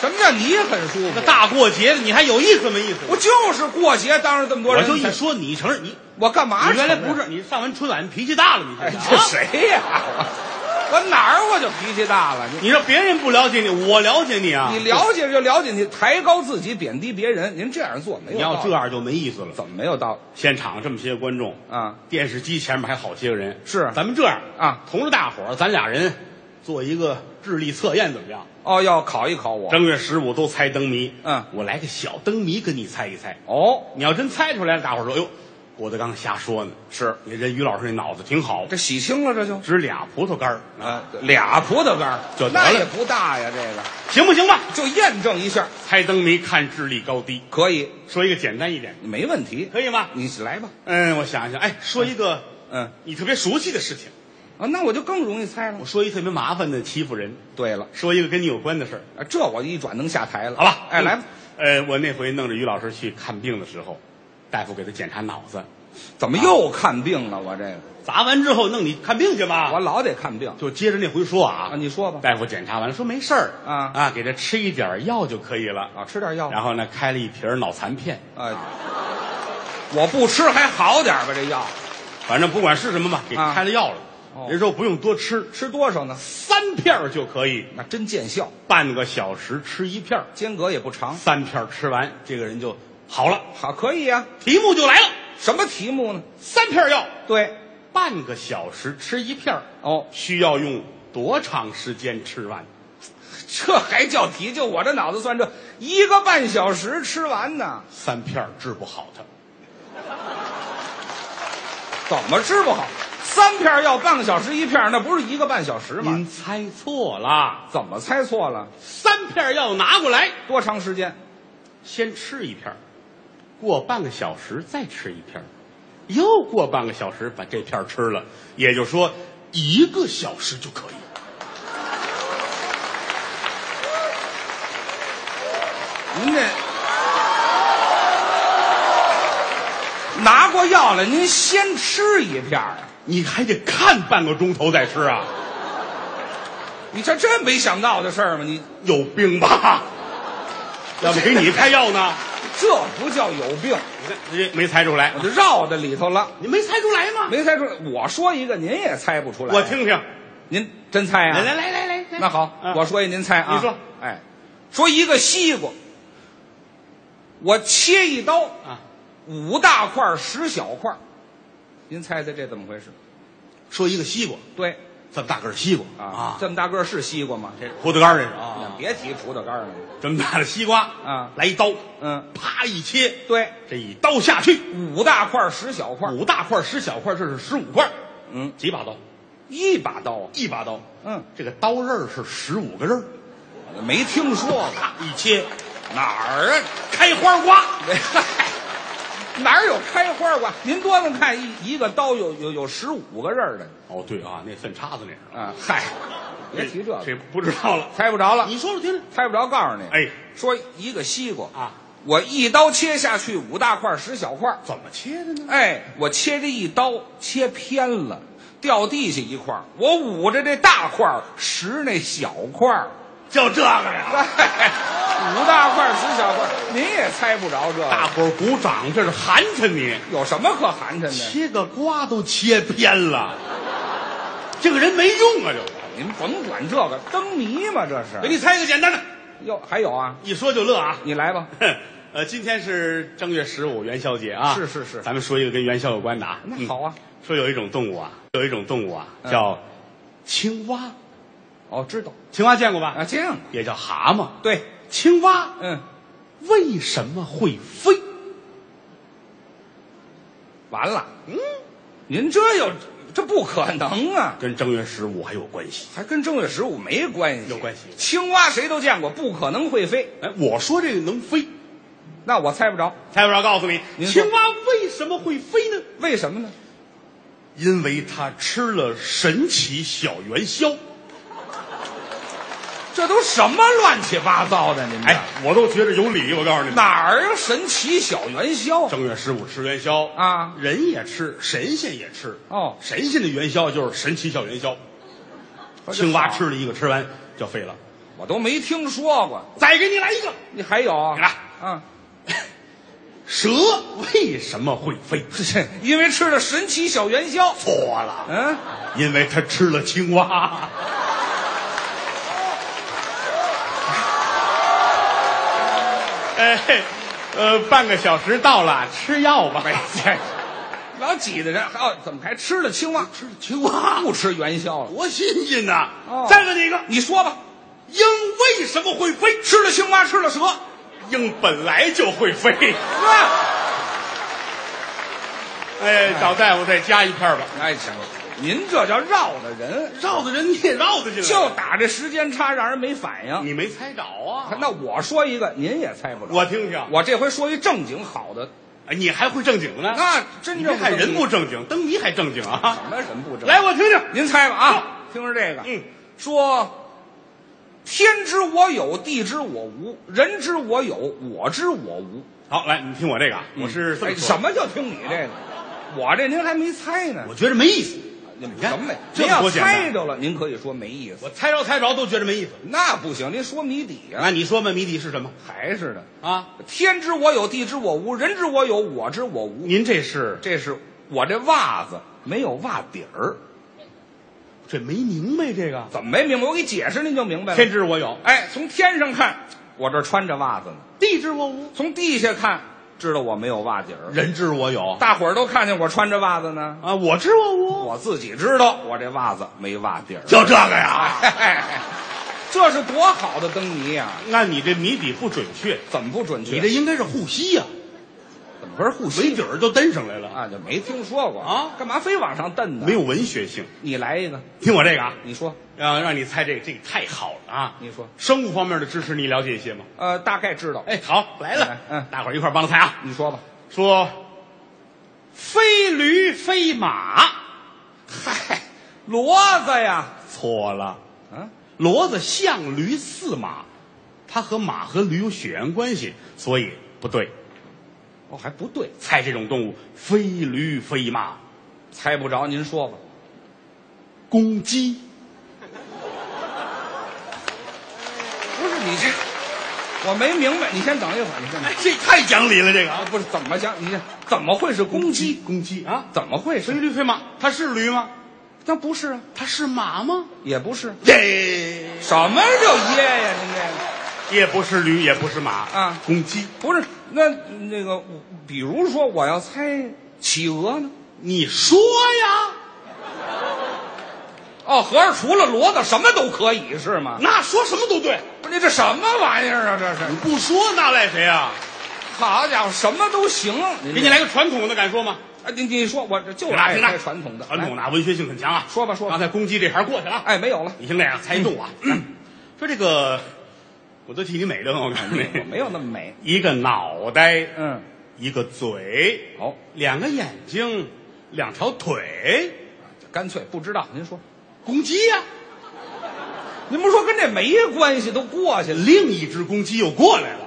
I: 什么叫你很舒服
F: 这？大过节的你还有意思没意思？
I: 我就是过节，当着这么多
F: 我
I: 人，
F: 就一，说你承认你，
I: 我干嘛
F: 你
I: 承认？啊
F: 原来不是你上完春晚脾气大了，你啊
I: 哎，
F: 这
I: 这
F: 啊
I: 谁呀、 我哪儿我就脾气大了？你
F: 你让别人不了解你，我了解你啊。
I: 你了解就了解，你抬高自己，贬低别人，您这样做没有？
F: 你要这，样就没意思了。
I: 怎么没有道理
F: 现场这么些观众
I: 啊
F: 电视机前面还好些个人。
I: 是
F: 咱们这样
I: 啊
F: 同着大伙儿，咱俩人做一个智力测验，怎么样？
I: 哦，要考一考我。
F: 正月十五都猜灯谜，
I: 嗯
F: 我来个小灯谜跟你猜一猜。
I: 哦，
F: 你要真猜出来了，大伙儿说：“哟，郭德纲瞎说呢。”是，你人于老师那脑子挺好
I: 这，洗清了，这就
F: 指俩葡萄干儿，
I: 啊，俩葡萄干儿
F: 就得了
I: 那也不大呀，这个
F: 行不行吧？
I: 就验证一下，
F: 猜灯谜看智力高低，
I: 可以，
F: 说一个简单一点，
I: 没问题。
F: 可以吗？
I: 你来吧，
F: 嗯，我想一想，哎，说一个
I: 嗯
F: 你特别熟悉的事情，
I: 啊，那我就更容易猜了
F: 我。说一特别麻烦的欺负人，
I: 对了，
F: 说一个跟你有关的事儿，
I: 啊，这我一转能下台了，
F: 好吧？
I: 哎，来吧，
F: 呃，我那回弄着于老师去看病的时候，大夫给他检查脑子，
I: 怎么又看病了？我这个
F: 砸完之后弄你看病去吧。
I: 我老得看病
F: 啊就接着那回说啊，
I: 啊，你说吧。
F: 大夫检查完了说没事儿
I: 啊
F: 啊，给他吃一点药就可以了。
I: 啊，吃点药。
F: 然后呢，开了一瓶脑残片，
I: 啊，我不吃还好点儿吧？这药
F: 反正不管是什么吧，给
I: 啊
F: 开了药了。
I: 哦
F: 人说不用多吃，
I: 吃多少呢？
F: 三片儿就可以，
I: 那真见效，
F: 半个小时吃一片儿，
I: 间隔也不长。
F: 三片儿吃完，这个人就好了。
I: 好，可以呀、
F: 题目就来了，
I: 什么题目呢？
F: 三片儿药，
I: 对，
F: 半个小时吃一片儿，
I: 哦，
F: 需要用多长时间吃完？
I: 这还叫题？就我这脑子算这一个半小时吃完呢，
F: 三片儿治不好他，
I: 怎么治不好？三片药半个小时一片，那不是一个半小时吗？
F: 您猜错了，
I: 怎么猜错了？
F: 三片儿药拿过来，
I: 多长时间？
F: 先吃一片儿，过半个小时再吃一片儿，又过半个小时把这片儿吃了，也就是说一个小时就可以。
I: 您这拿过药来，您先吃一片儿啊？
F: 你还得看半个钟头再吃啊，
I: 你这真没想到的事儿吗？你
F: 有病吧？要不给你开药呢？
I: 这不叫有病，
F: 你看这没猜出来
I: 我，就绕在里头了，
F: 你没猜出来吗？
I: 没猜出来。我说一个，您也猜不出来。啊
F: 我，听听，
I: 您真猜啊？
F: 来来来来来，来
I: 那好，
F: 嗯
I: 我说一，您猜啊？
F: 你说，
I: 哎，说一个西瓜，我切一刀，
F: 啊，
I: 五大块儿十小块儿，您猜猜这怎么回事？
F: 说一个西瓜，
I: 对，
F: 这么大个儿西瓜
I: 啊，这么大个儿是西瓜吗？这
F: 葡萄干儿这是啊，
I: 别提葡萄干儿了。
F: 这么大的西瓜
I: 啊
F: 来一刀，
I: 嗯，
F: 啪一切，
I: 对，
F: 这一刀下去，
I: 五大块儿十小块儿，
F: 五大块儿十小块儿，这是十五块儿，
I: 嗯，
F: 几把刀？
I: 一把刀啊，
F: 一把刀，
I: 嗯，
F: 这个刀刃儿是十五个刃儿，
I: 没听说过。
F: 啪一切，
I: 哪儿啊？
F: 开花瓜，
I: 哪儿有开花瓜？您多能看一一个刀有有有十五个刃儿的
F: 哦对啊，那粪叉子那是，
I: 啊！嗨，别提这
F: 这
I: 个，
F: 不知道了，
I: 猜不着了
F: 你，说说听听，
I: 猜不着。告诉你，
F: 哎，
I: 说一个西瓜
F: 啊，
I: 我一刀切下去五大块儿十小块儿，
F: 怎么切的呢？
I: 哎，我切这一刀切偏了，掉地下一块儿，我捂着这大块儿拾那小块儿。
F: 就这个呀，
I: 哎五大块儿十小块儿，您也猜不着这
F: 大
I: 个，
F: 伙儿鼓掌，这是寒碜你。
I: 有什么可寒碜的？
F: 切个瓜都切偏 了，这个人没用啊！就
I: 您甭管这个灯谜嘛，这
F: 给
I: 是。
F: 你猜一个简单的，
I: 哟，还有啊，
F: 一说就乐啊。
I: 你来吧。
F: 哼呃，今天是正月十五元宵节啊，
I: 是是是
F: 咱们说一个跟元宵有关的啊。
I: 那好啊，
F: 嗯，说有一种动物啊，有一种动物啊
I: 嗯
F: 叫青蛙，
I: 哦，知道
F: 青蛙见过吧？
I: 啊，这样
F: 也叫蛤蟆。
I: 对，
F: 青蛙
I: 嗯，
F: 为什么会飞？
I: 完了，嗯，您这有这不可能啊，
F: 跟正月十五还有关系。
I: 还跟正月十五没关系，
F: 有关系
I: 青蛙谁都见过，不可能会飞，
F: 哎，我说这个能飞，
I: 那我猜不着，
F: 蔡部长告诉你，
I: 您说
F: 青蛙为什么会飞呢？
I: 为什么呢？
F: 因为他吃了神奇小元宵。
I: 这都什么乱七八糟的？您这
F: 哎，我都觉得有理，我告诉你们。
I: 哪儿有啊神奇小元宵？
F: 正月十五吃元宵
I: 啊
F: 人也吃，神仙也吃。
I: 哦
F: 神仙的元宵就是神奇小元宵，
I: 合着
F: 青蛙
I: 好
F: 吃了一个，吃完就废了。
I: 我都没听说过。
F: 再给你来一个，
I: 你还有啊？
F: 你来
I: 嗯，
F: 蛇为什么会飞？
I: 因为吃了神奇小元宵。
F: 错了，
I: 嗯，
F: 因为他吃了青蛙。哎，呃，半个小时到了，吃药吧。
I: 老挤的人，还有哦怎么还吃了青蛙？吃了青蛙，不吃元宵了。
F: 多新鲜呐、
I: 哦
F: 再问你一个，
I: 你说吧，
F: 鹰为什么会飞？
I: 吃了青蛙，吃了蛇，
F: 鹰本来就会飞。
I: 啊！
F: 哎，找大夫再加一片吧。
I: 哎，行了，您这叫绕的人，
F: 绕的人你也绕得进来，
I: 就打这时间差，让人没反应。
F: 你没猜着啊？
I: 那我说一个，您也猜不着。
F: 我听听，
I: 我这回说一正经好的，
F: 哎你还会正经呢？
I: 那真正
F: 你还人不正经，灯谜还正经
I: 什
F: 啊？
I: 么人不正？
F: 来，，我听听。
I: 您猜吧啊！听着这个，
F: 嗯，
I: 说天知我有，地知我无，人知我有，我知我无。
F: 好，来，你听我这个啊，我是这么
I: 哎
F: 说
I: 什？么叫听你这个？我这您还没猜呢
F: 我，觉着没意思，
I: 你们
F: 看
I: 什么呀？
F: 这
I: 您
F: 个
I: 要
F: 多简单
I: 猜着了，您可以说没意思。
F: 我猜着猜着都觉着没意思。
I: 那不行，您说谜底呀、
F: 那你说问谜底是什么
I: 还是的。
F: 啊？
I: 天知我有，地知我无，人知我有，我知我无。
F: 您这是
I: 这是我这袜子没有袜底儿，
F: 这没明白这个？
I: 怎么没明白？我给解释您就明白了。
F: 天知我有，
I: 哎，从天上看，我这穿着袜子呢；
F: 地知我无，
I: 从地下看，知道我没有袜底儿。
F: 人知我有
I: 大伙儿都看见我穿着袜子呢，
F: 啊，我知我无，
I: 我自己知道我这袜子没袜底儿。
F: 就这个呀？
I: 哎这是多好的灯谜呀、
F: 那你这谜底不准确，
I: 怎么不准确？
F: 你这应该是护膝呀，
I: 怎么不是护
F: 没
I: 膝
F: 底儿就蹬上来了，
I: 啊？就没听说过
F: 啊
I: 干嘛非往上蹬呢？
F: 没有文学性。
I: 你来一个，
F: 听我这个啊，
I: 你说，
F: 让让你猜这个，这个太好了啊！
I: 你说
F: 生物方面的知识你了解一些吗？
I: 呃，大概知道。
F: 哎，好，来了，
I: 嗯
F: 大伙儿一块儿帮着猜啊。
I: 你说吧，
F: 说，飞驴飞马，
I: 嗨，骡子呀，
F: 错了，
I: 嗯、
F: 骡子象驴似马，它和马和驴有血缘关系，所以不对。
I: 哦，还不对，
F: 猜这种动物，飞驴飞马，
I: 猜不着，您说吧。
F: 公鸡。
I: 不是你这， 我没明白。你先等一会儿，你先等。
F: 哎，这太讲理了，这个啊，
I: 啊不是怎么讲？你这怎么会是公鸡？
F: 公鸡啊，
I: 怎么会
F: 飞
I: 是？
F: 驴飞马，它是驴吗？
I: 那不是啊，
F: 它是马吗？
I: 也不是。
F: 耶，
I: 什么叫耶呀？您这个
F: 也不是驴，也不是马
I: 啊
F: 公鸡。
I: 不是那那个，我比如说我要猜企鹅呢？
F: 你说呀，
I: 哦，合着除了骡子什么都可以是吗？
F: 那说什么都对，
I: 不是你这什么玩意儿啊？这是
F: 你不说那赖谁啊？
I: 好家伙，什么都行。
F: 给你来个传统的，敢说吗？
I: 啊，你你说我这就
F: 听着啊
I: 爱
F: 听着
I: 猜
F: 啊
I: 传统的，
F: 传统
I: 的。
F: 的啊文学性很强啊。
I: 说吧说吧
F: 刚才公鸡这行过去了啊。
I: 哎，没有了，
F: 你听这样猜一动物啊，
I: 嗯
F: 说这个，我都替你美的很，我告诉你，
I: 嗯我没有那么美。
F: 一个脑袋，
I: 嗯，
F: 一个嘴，
I: 好，
F: 两个眼睛，两条腿，
I: 干脆不知道。您说，
F: 公鸡呀、
I: 您不是说跟这没关系，都过去了。
F: 另一只公鸡又过来了。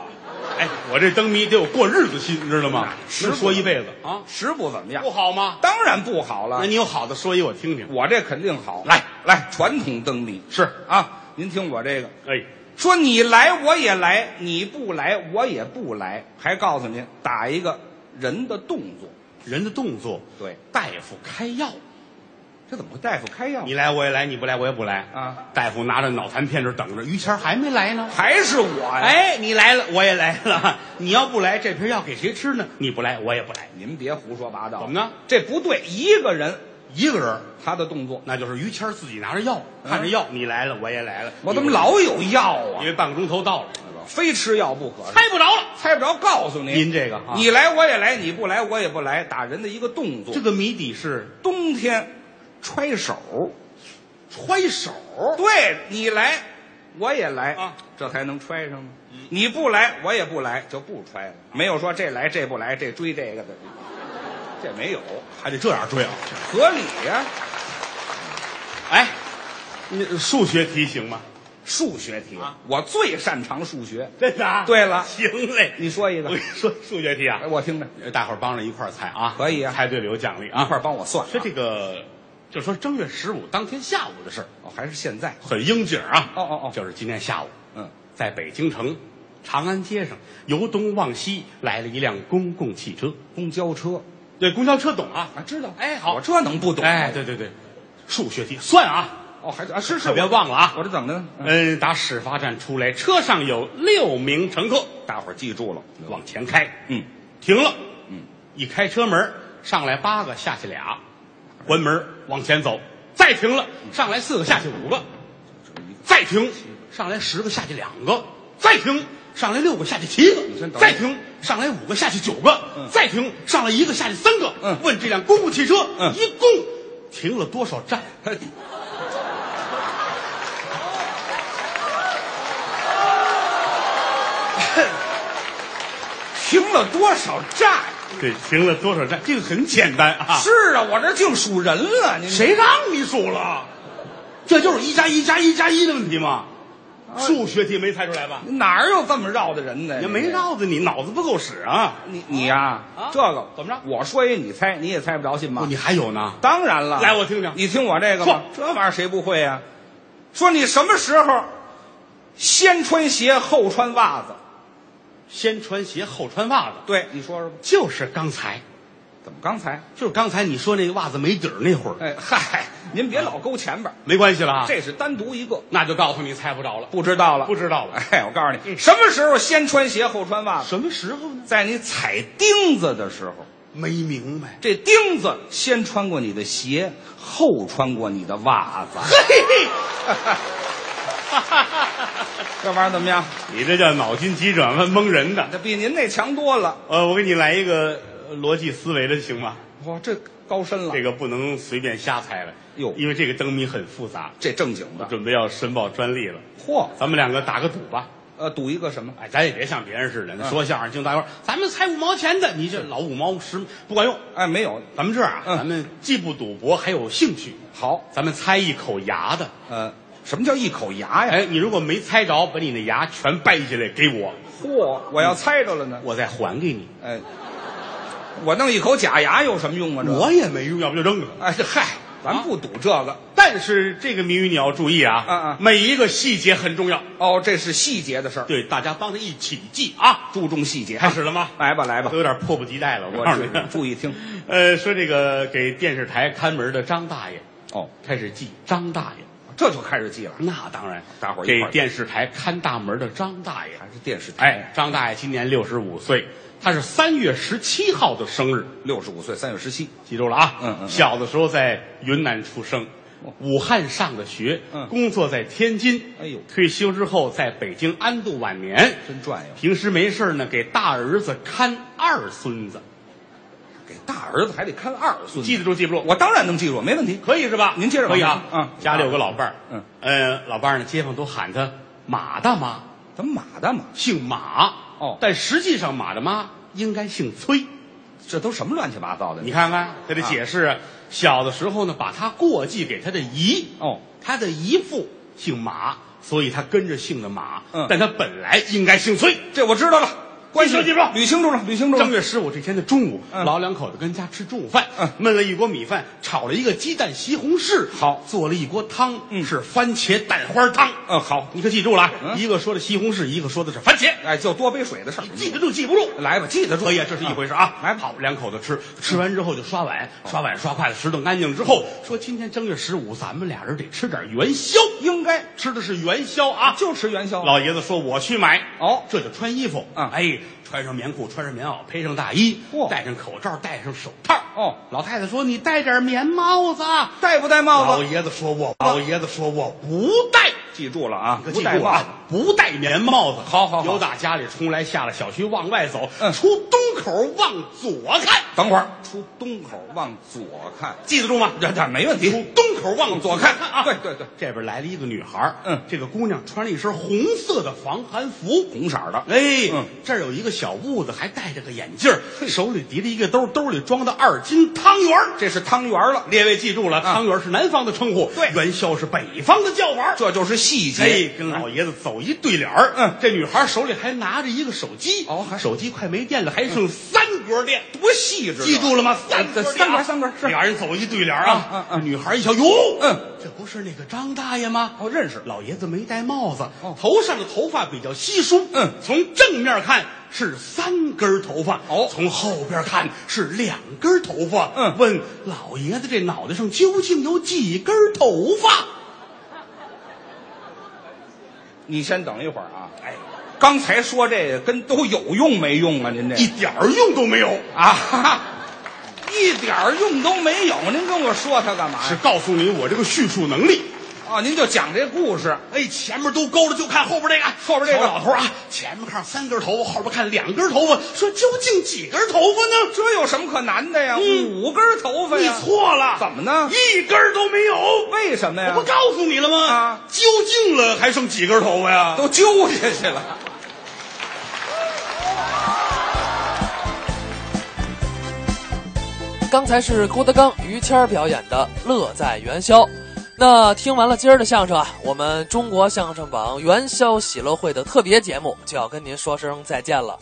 F: 哎，我这灯谜得有过日子心，你知道吗？
I: 是
F: 能说一辈子啊，
I: 食不怎么样
F: 不，好吗？
I: 当然不好了
F: 那。你有好的说一，我听听。
I: 啊我这肯定好。
F: 来
I: 来，传统灯谜
F: 是
I: 啊，您听我这个，
F: 哎，
I: 说你来我也来，你不来我也不来，还告诉您打一个人的动作，
F: 人的动作，
I: 对，
F: 大夫开药，
I: 这怎么会大夫开药？
F: 你来我也来，你不来我也不来
I: 啊。
F: 大夫拿着脑残片这等着，于谦儿还没来呢。
I: 还是我呀？，
F: 哎，你来了，我也来了。 你要不来，这瓶药给谁吃呢？你不来，我也不来。
I: 您别胡说八道，
F: 怎么呢？
I: 这不对，一个人
F: 一个人，
I: 他的动作，
F: 那就是于谦儿自己拿着药，看着药，你来了，我也来了。
I: 啊我怎么老有药啊
F: 因？为半个钟头到了，
I: 非吃药不可，
F: 猜不着了。
I: 猜不着，告诉您，
F: 您这个啊
I: 你来我也来，你不来我也不来，打人的一个动作。
F: 这个谜底是
I: 冬天揣手，
F: 揣手，
I: 对你来，我也来
F: 啊，嗯
I: 这才能揣上吗？你不来，我也不来，就不揣了。
F: 啊
I: 没有说这来这不来，这追这 个的，这没有，
F: 还得这样追啊。
I: 合理呀、
F: 哎，你数学题行吗？
I: 数学题、
F: 啊
I: 我最擅长数学，
F: 真的啊？
I: 对了
F: 行嘞。
I: 你说一个
F: 我跟你说数学题啊
I: 哎，，我听着，
F: 哎大伙儿帮着一块儿猜啊，
I: 可以啊
F: 猜对了有奖励啊，
I: 一块儿帮我算啊
F: 说这个，就说正月十五当天下午的事儿，
I: 哦，还是现在，
F: 很应景啊。
I: 哦哦哦
F: 就是今天下午，
I: 嗯，
F: 在北京城长安街上，由东往西来了一辆公共汽车。
I: 公交车
F: 对，公交车懂啊？
I: 啊，知道，
F: 哎好
I: 我这能不懂？
F: 哎，，对对对，数学题算啊，
I: 哦，还啊，是是，
F: 可别忘了啊
I: 我这怎么的呢？嗯
F: 嗯，打始发站出来，车上有六名乘客，
I: 大伙儿记住了，
F: 往前开，
I: 嗯，
F: 停了，嗯，一开车门，上来八个，下去俩，关门往前走，再停了，
I: 嗯
F: 上来四个，下去五个，再停，上来十个，下去两个，再停，上来六个，下去七
I: 你先
F: 个，
I: 等
F: 再停，上来五个，下去九个，再停，上来一个，下去三个，
I: 嗯
F: 问这辆公共汽车，
I: 嗯
F: 一共停了多少站？
I: 嘿停了多少站？
F: 对，停了多少站？这个很简单啊，
I: 是啊，我这净数人了，您
F: 谁让你数了？这就是一加一加一加一的问题吗？
I: 啊
F: 数学题没猜出来吧？
I: 哪儿有这么绕的人呢？
F: 也没绕着你，脑子不够使啊！
I: 你你呀、这个
F: 怎么着
I: 我说一你猜，你也猜不着，信吗？
F: 哦你还有呢？
I: 当然了，
F: 来我听听
I: 你听我这个吧，这玩意儿谁不会呀、说你什么时候先穿鞋后穿袜子？
F: 先穿鞋后穿袜子，
I: 对，你说说吧。
F: 就是刚才，
I: 怎么刚才？
F: 就是刚才你说那个袜子没底儿那会儿，
I: 哎嗨，您别老勾前边儿，
F: 没关系了啊。
I: 这是单独一个，
F: 那就告诉你猜不着了，
I: 不知道了，
F: 不知道了。嗯
I: 哎，我告诉你，什么时候先穿鞋后穿袜子？
F: 什么时候呢？
I: 在你踩钉子的时候，
F: 没明白。
I: 这钉子先穿过你的鞋，后穿过你的袜子。 这玩意儿怎么样？
F: 你这叫脑筋急转弯蒙人的。
I: 这比您那强多了。
F: 呃，我给你来一个呃逻辑思维的行吗？
I: 哇，这高深了。
F: 这个不能随便瞎猜了，
I: 哟
F: 因为这个灯谜很复杂，
I: 这正经的。
F: 准备要申报专利了。
I: 嚯，
F: 咱们两个打个赌吧，
I: 呃，赌一个什么？
F: 哎，咱也别像别人似的，那
I: 嗯
F: 说相声净大官，咱们才五毛钱的，你这老五毛十不管用。
I: 哎，没有。
F: 咱们这样啊，
I: 嗯
F: 咱们既不赌博，还有兴趣，
I: 好，
F: 咱们猜一口牙的。
I: 呃，什么叫一口牙呀？
F: 哎，你如果没猜着，把你那牙全掰下来给我，
I: 嚯，我要猜着了呢。
F: 我再还给你。
I: 哎，我弄一口假牙有什么用啊？这
F: 我也没用，要不就扔了。
I: 哎，这嗨，咱不赌这个。
F: 但是这个谜语你要注意啊，
I: 嗯嗯
F: 每一个细节很重要。
I: 哦，这是细节的事儿，
F: 对，大家帮着一起记啊！
I: 注重细节。
F: 开始了吗？
I: 来吧，来吧
F: 都，有点迫不及待了，我
I: 我
F: 告 诉你，
I: 注意听。
F: 呃，说这个给电视台看门的张大爷
I: 哦，
F: 开始记张大爷，
I: 这就开始记了，
F: 那当然，
I: 大伙儿一
F: 给
I: 块儿
F: 电视台看大门的张大爷
I: 还，是电视台。
F: 哎，，张大爷今年六十五岁，他是三月十七号的生日，
I: 六十五岁，三月十七。
F: 记住了啊。
I: 嗯嗯
F: 小的时候在云南出生。武汉上的学，
I: 嗯
F: 工作在天津，
I: 哎呦
F: 退休之后在北京安度晚年，
I: 真转悠
F: 平时没事儿呢，给大儿子看二孙子，
I: 给大儿子还得看二孙子，
F: 记得住记不住？
I: 我当然能记住，没问题。
F: 可以是吧？
I: 您接着往
F: 可以啊
I: 下。嗯
F: 家里有个老伴儿，
I: 嗯
F: 呃，老伴儿呢，街坊都喊他马大妈，
I: 怎么马大马？
F: 姓马。
I: 哦
F: 但实际上马大妈应该姓崔。
I: 这都什么乱七八糟的？
F: 你看看他的解释，啊、小的时候呢，把他过继给他的姨。
I: 哦，
F: 他的姨父姓马，所以他跟着姓的马。
I: 嗯
F: 但他本来应该姓崔。
I: 这我知道了，关系
F: 记住记住
I: 捋清楚了，捋清楚
F: 正
I: 了。
F: 月十五这天的中午，
I: 嗯
F: 老两口子跟家吃中午饭，
I: 嗯
F: 焖了一锅米饭，炒了一个鸡蛋西红柿，
I: 好
F: 做了一锅汤，
I: 嗯
F: 是番茄蛋花汤。
I: 嗯，好，
F: 你可记住了啊，
I: 嗯
F: 一个说的西红柿，一个说的是番茄，
I: 哎，就多杯水的事儿。嗯
F: 记得住记不住。
I: 来吧，记得住。
F: 可以，这是一回事啊！
I: 来吧，
F: 好，两口子吃，吃完之后就刷碗，刷碗刷筷子，拾掇干净之后，说今天正月十五，咱们俩人得吃点元宵，
I: 应该
F: 吃的是元宵啊！
I: 就吃元宵。
F: 老爷子说：“我去买。”
I: 哦
F: 这就穿衣服。
I: 嗯
F: 哎，穿上棉裤，穿上棉袄，披上大衣，
I: 嚯
F: 戴上口罩，戴上手套。
I: 哦
F: 老太太说：“你戴点棉帽子。”啊
I: 戴不戴帽
F: 老
I: 子？
F: 爷子说：“我老爷子说我不戴。”
I: 记住了啊，
F: 记
I: 不戴
F: 住
I: 帽子。
F: 啊，不戴棉帽子。
I: 好好好
F: 由打家里出来，下了小区往外走，
I: 嗯
F: 出东口往左看，
I: 等会儿出东口往左看，
F: 记得住吗？
I: 这这没问
F: 出
I: 题。
F: 东口往左看啊！
I: 对对对，
F: 这边来了一个女孩儿
I: 嗯
F: 这个姑娘穿了一身红色的防寒服，
I: 红色儿的
F: 哎，
I: 嗯
F: 这儿有一个小痦子，还戴着个眼镜儿，手里提着一个兜，兜里装的二斤汤圆儿。
I: 这是汤圆了，嗯
F: 列位记住了，汤圆儿是南方的称呼，
I: 对
F: 元宵是北方的叫法儿。
I: 这就是细
F: 哎
I: 节。，
F: 跟老爷子走一对脸儿。
I: 嗯
F: 这女孩手里还拿着一个手机，
I: 哦还
F: 手机快没电了，还剩三格电。
I: 多细致！
F: 记住了吗？三格
I: 这
F: 电啊
I: 三格三格是
F: 俩人走一对脸儿啊。
I: 嗯嗯嗯
F: 这女孩一瞧，哟，
I: 嗯，
F: 这不是那个张大爷吗？
I: 哦认识
F: 老爷子没戴帽子
I: 哦，
F: 头上的头发比较稀疏。
I: 嗯
F: 从正面看是三根头发，
I: 哦
F: 从后边看是两根头发。
I: 嗯
F: 问老爷子这脑袋上究竟有几根头发？
I: 你先等一会儿啊，哎，刚才说这个跟都有用没用啊？您这
F: 一点儿用都没有。
I: 啊， 哈哈一点儿用都没有。您跟我说它干嘛
F: 是
I: 呀？
F: 告诉你我这个叙述能力。
I: 啊，您就讲这故事。
F: 哎，前面都勾着，就看后边这个，
I: 后边这个
F: 瞧老头啊，前面看三根头发，后边看两根头发，说究竟几根头发呢？
I: 这有什么可难的呀？
F: 嗯
I: 五根头发
F: 你
I: 呀？
F: 错了，
I: 怎么呢
F: 一根都没有。
I: 为什么
F: 我
I: 呀
F: 不？告诉你了吗？
I: 啊
F: 究竟了还剩几根头发呀？
I: 都揪下去了。
C: 刚才是郭德纲、于谦儿表演的《乐在元宵》。那听完了今儿的相声啊，我们中国相声榜元宵喜乐会的特别节目就要跟您说声再见了。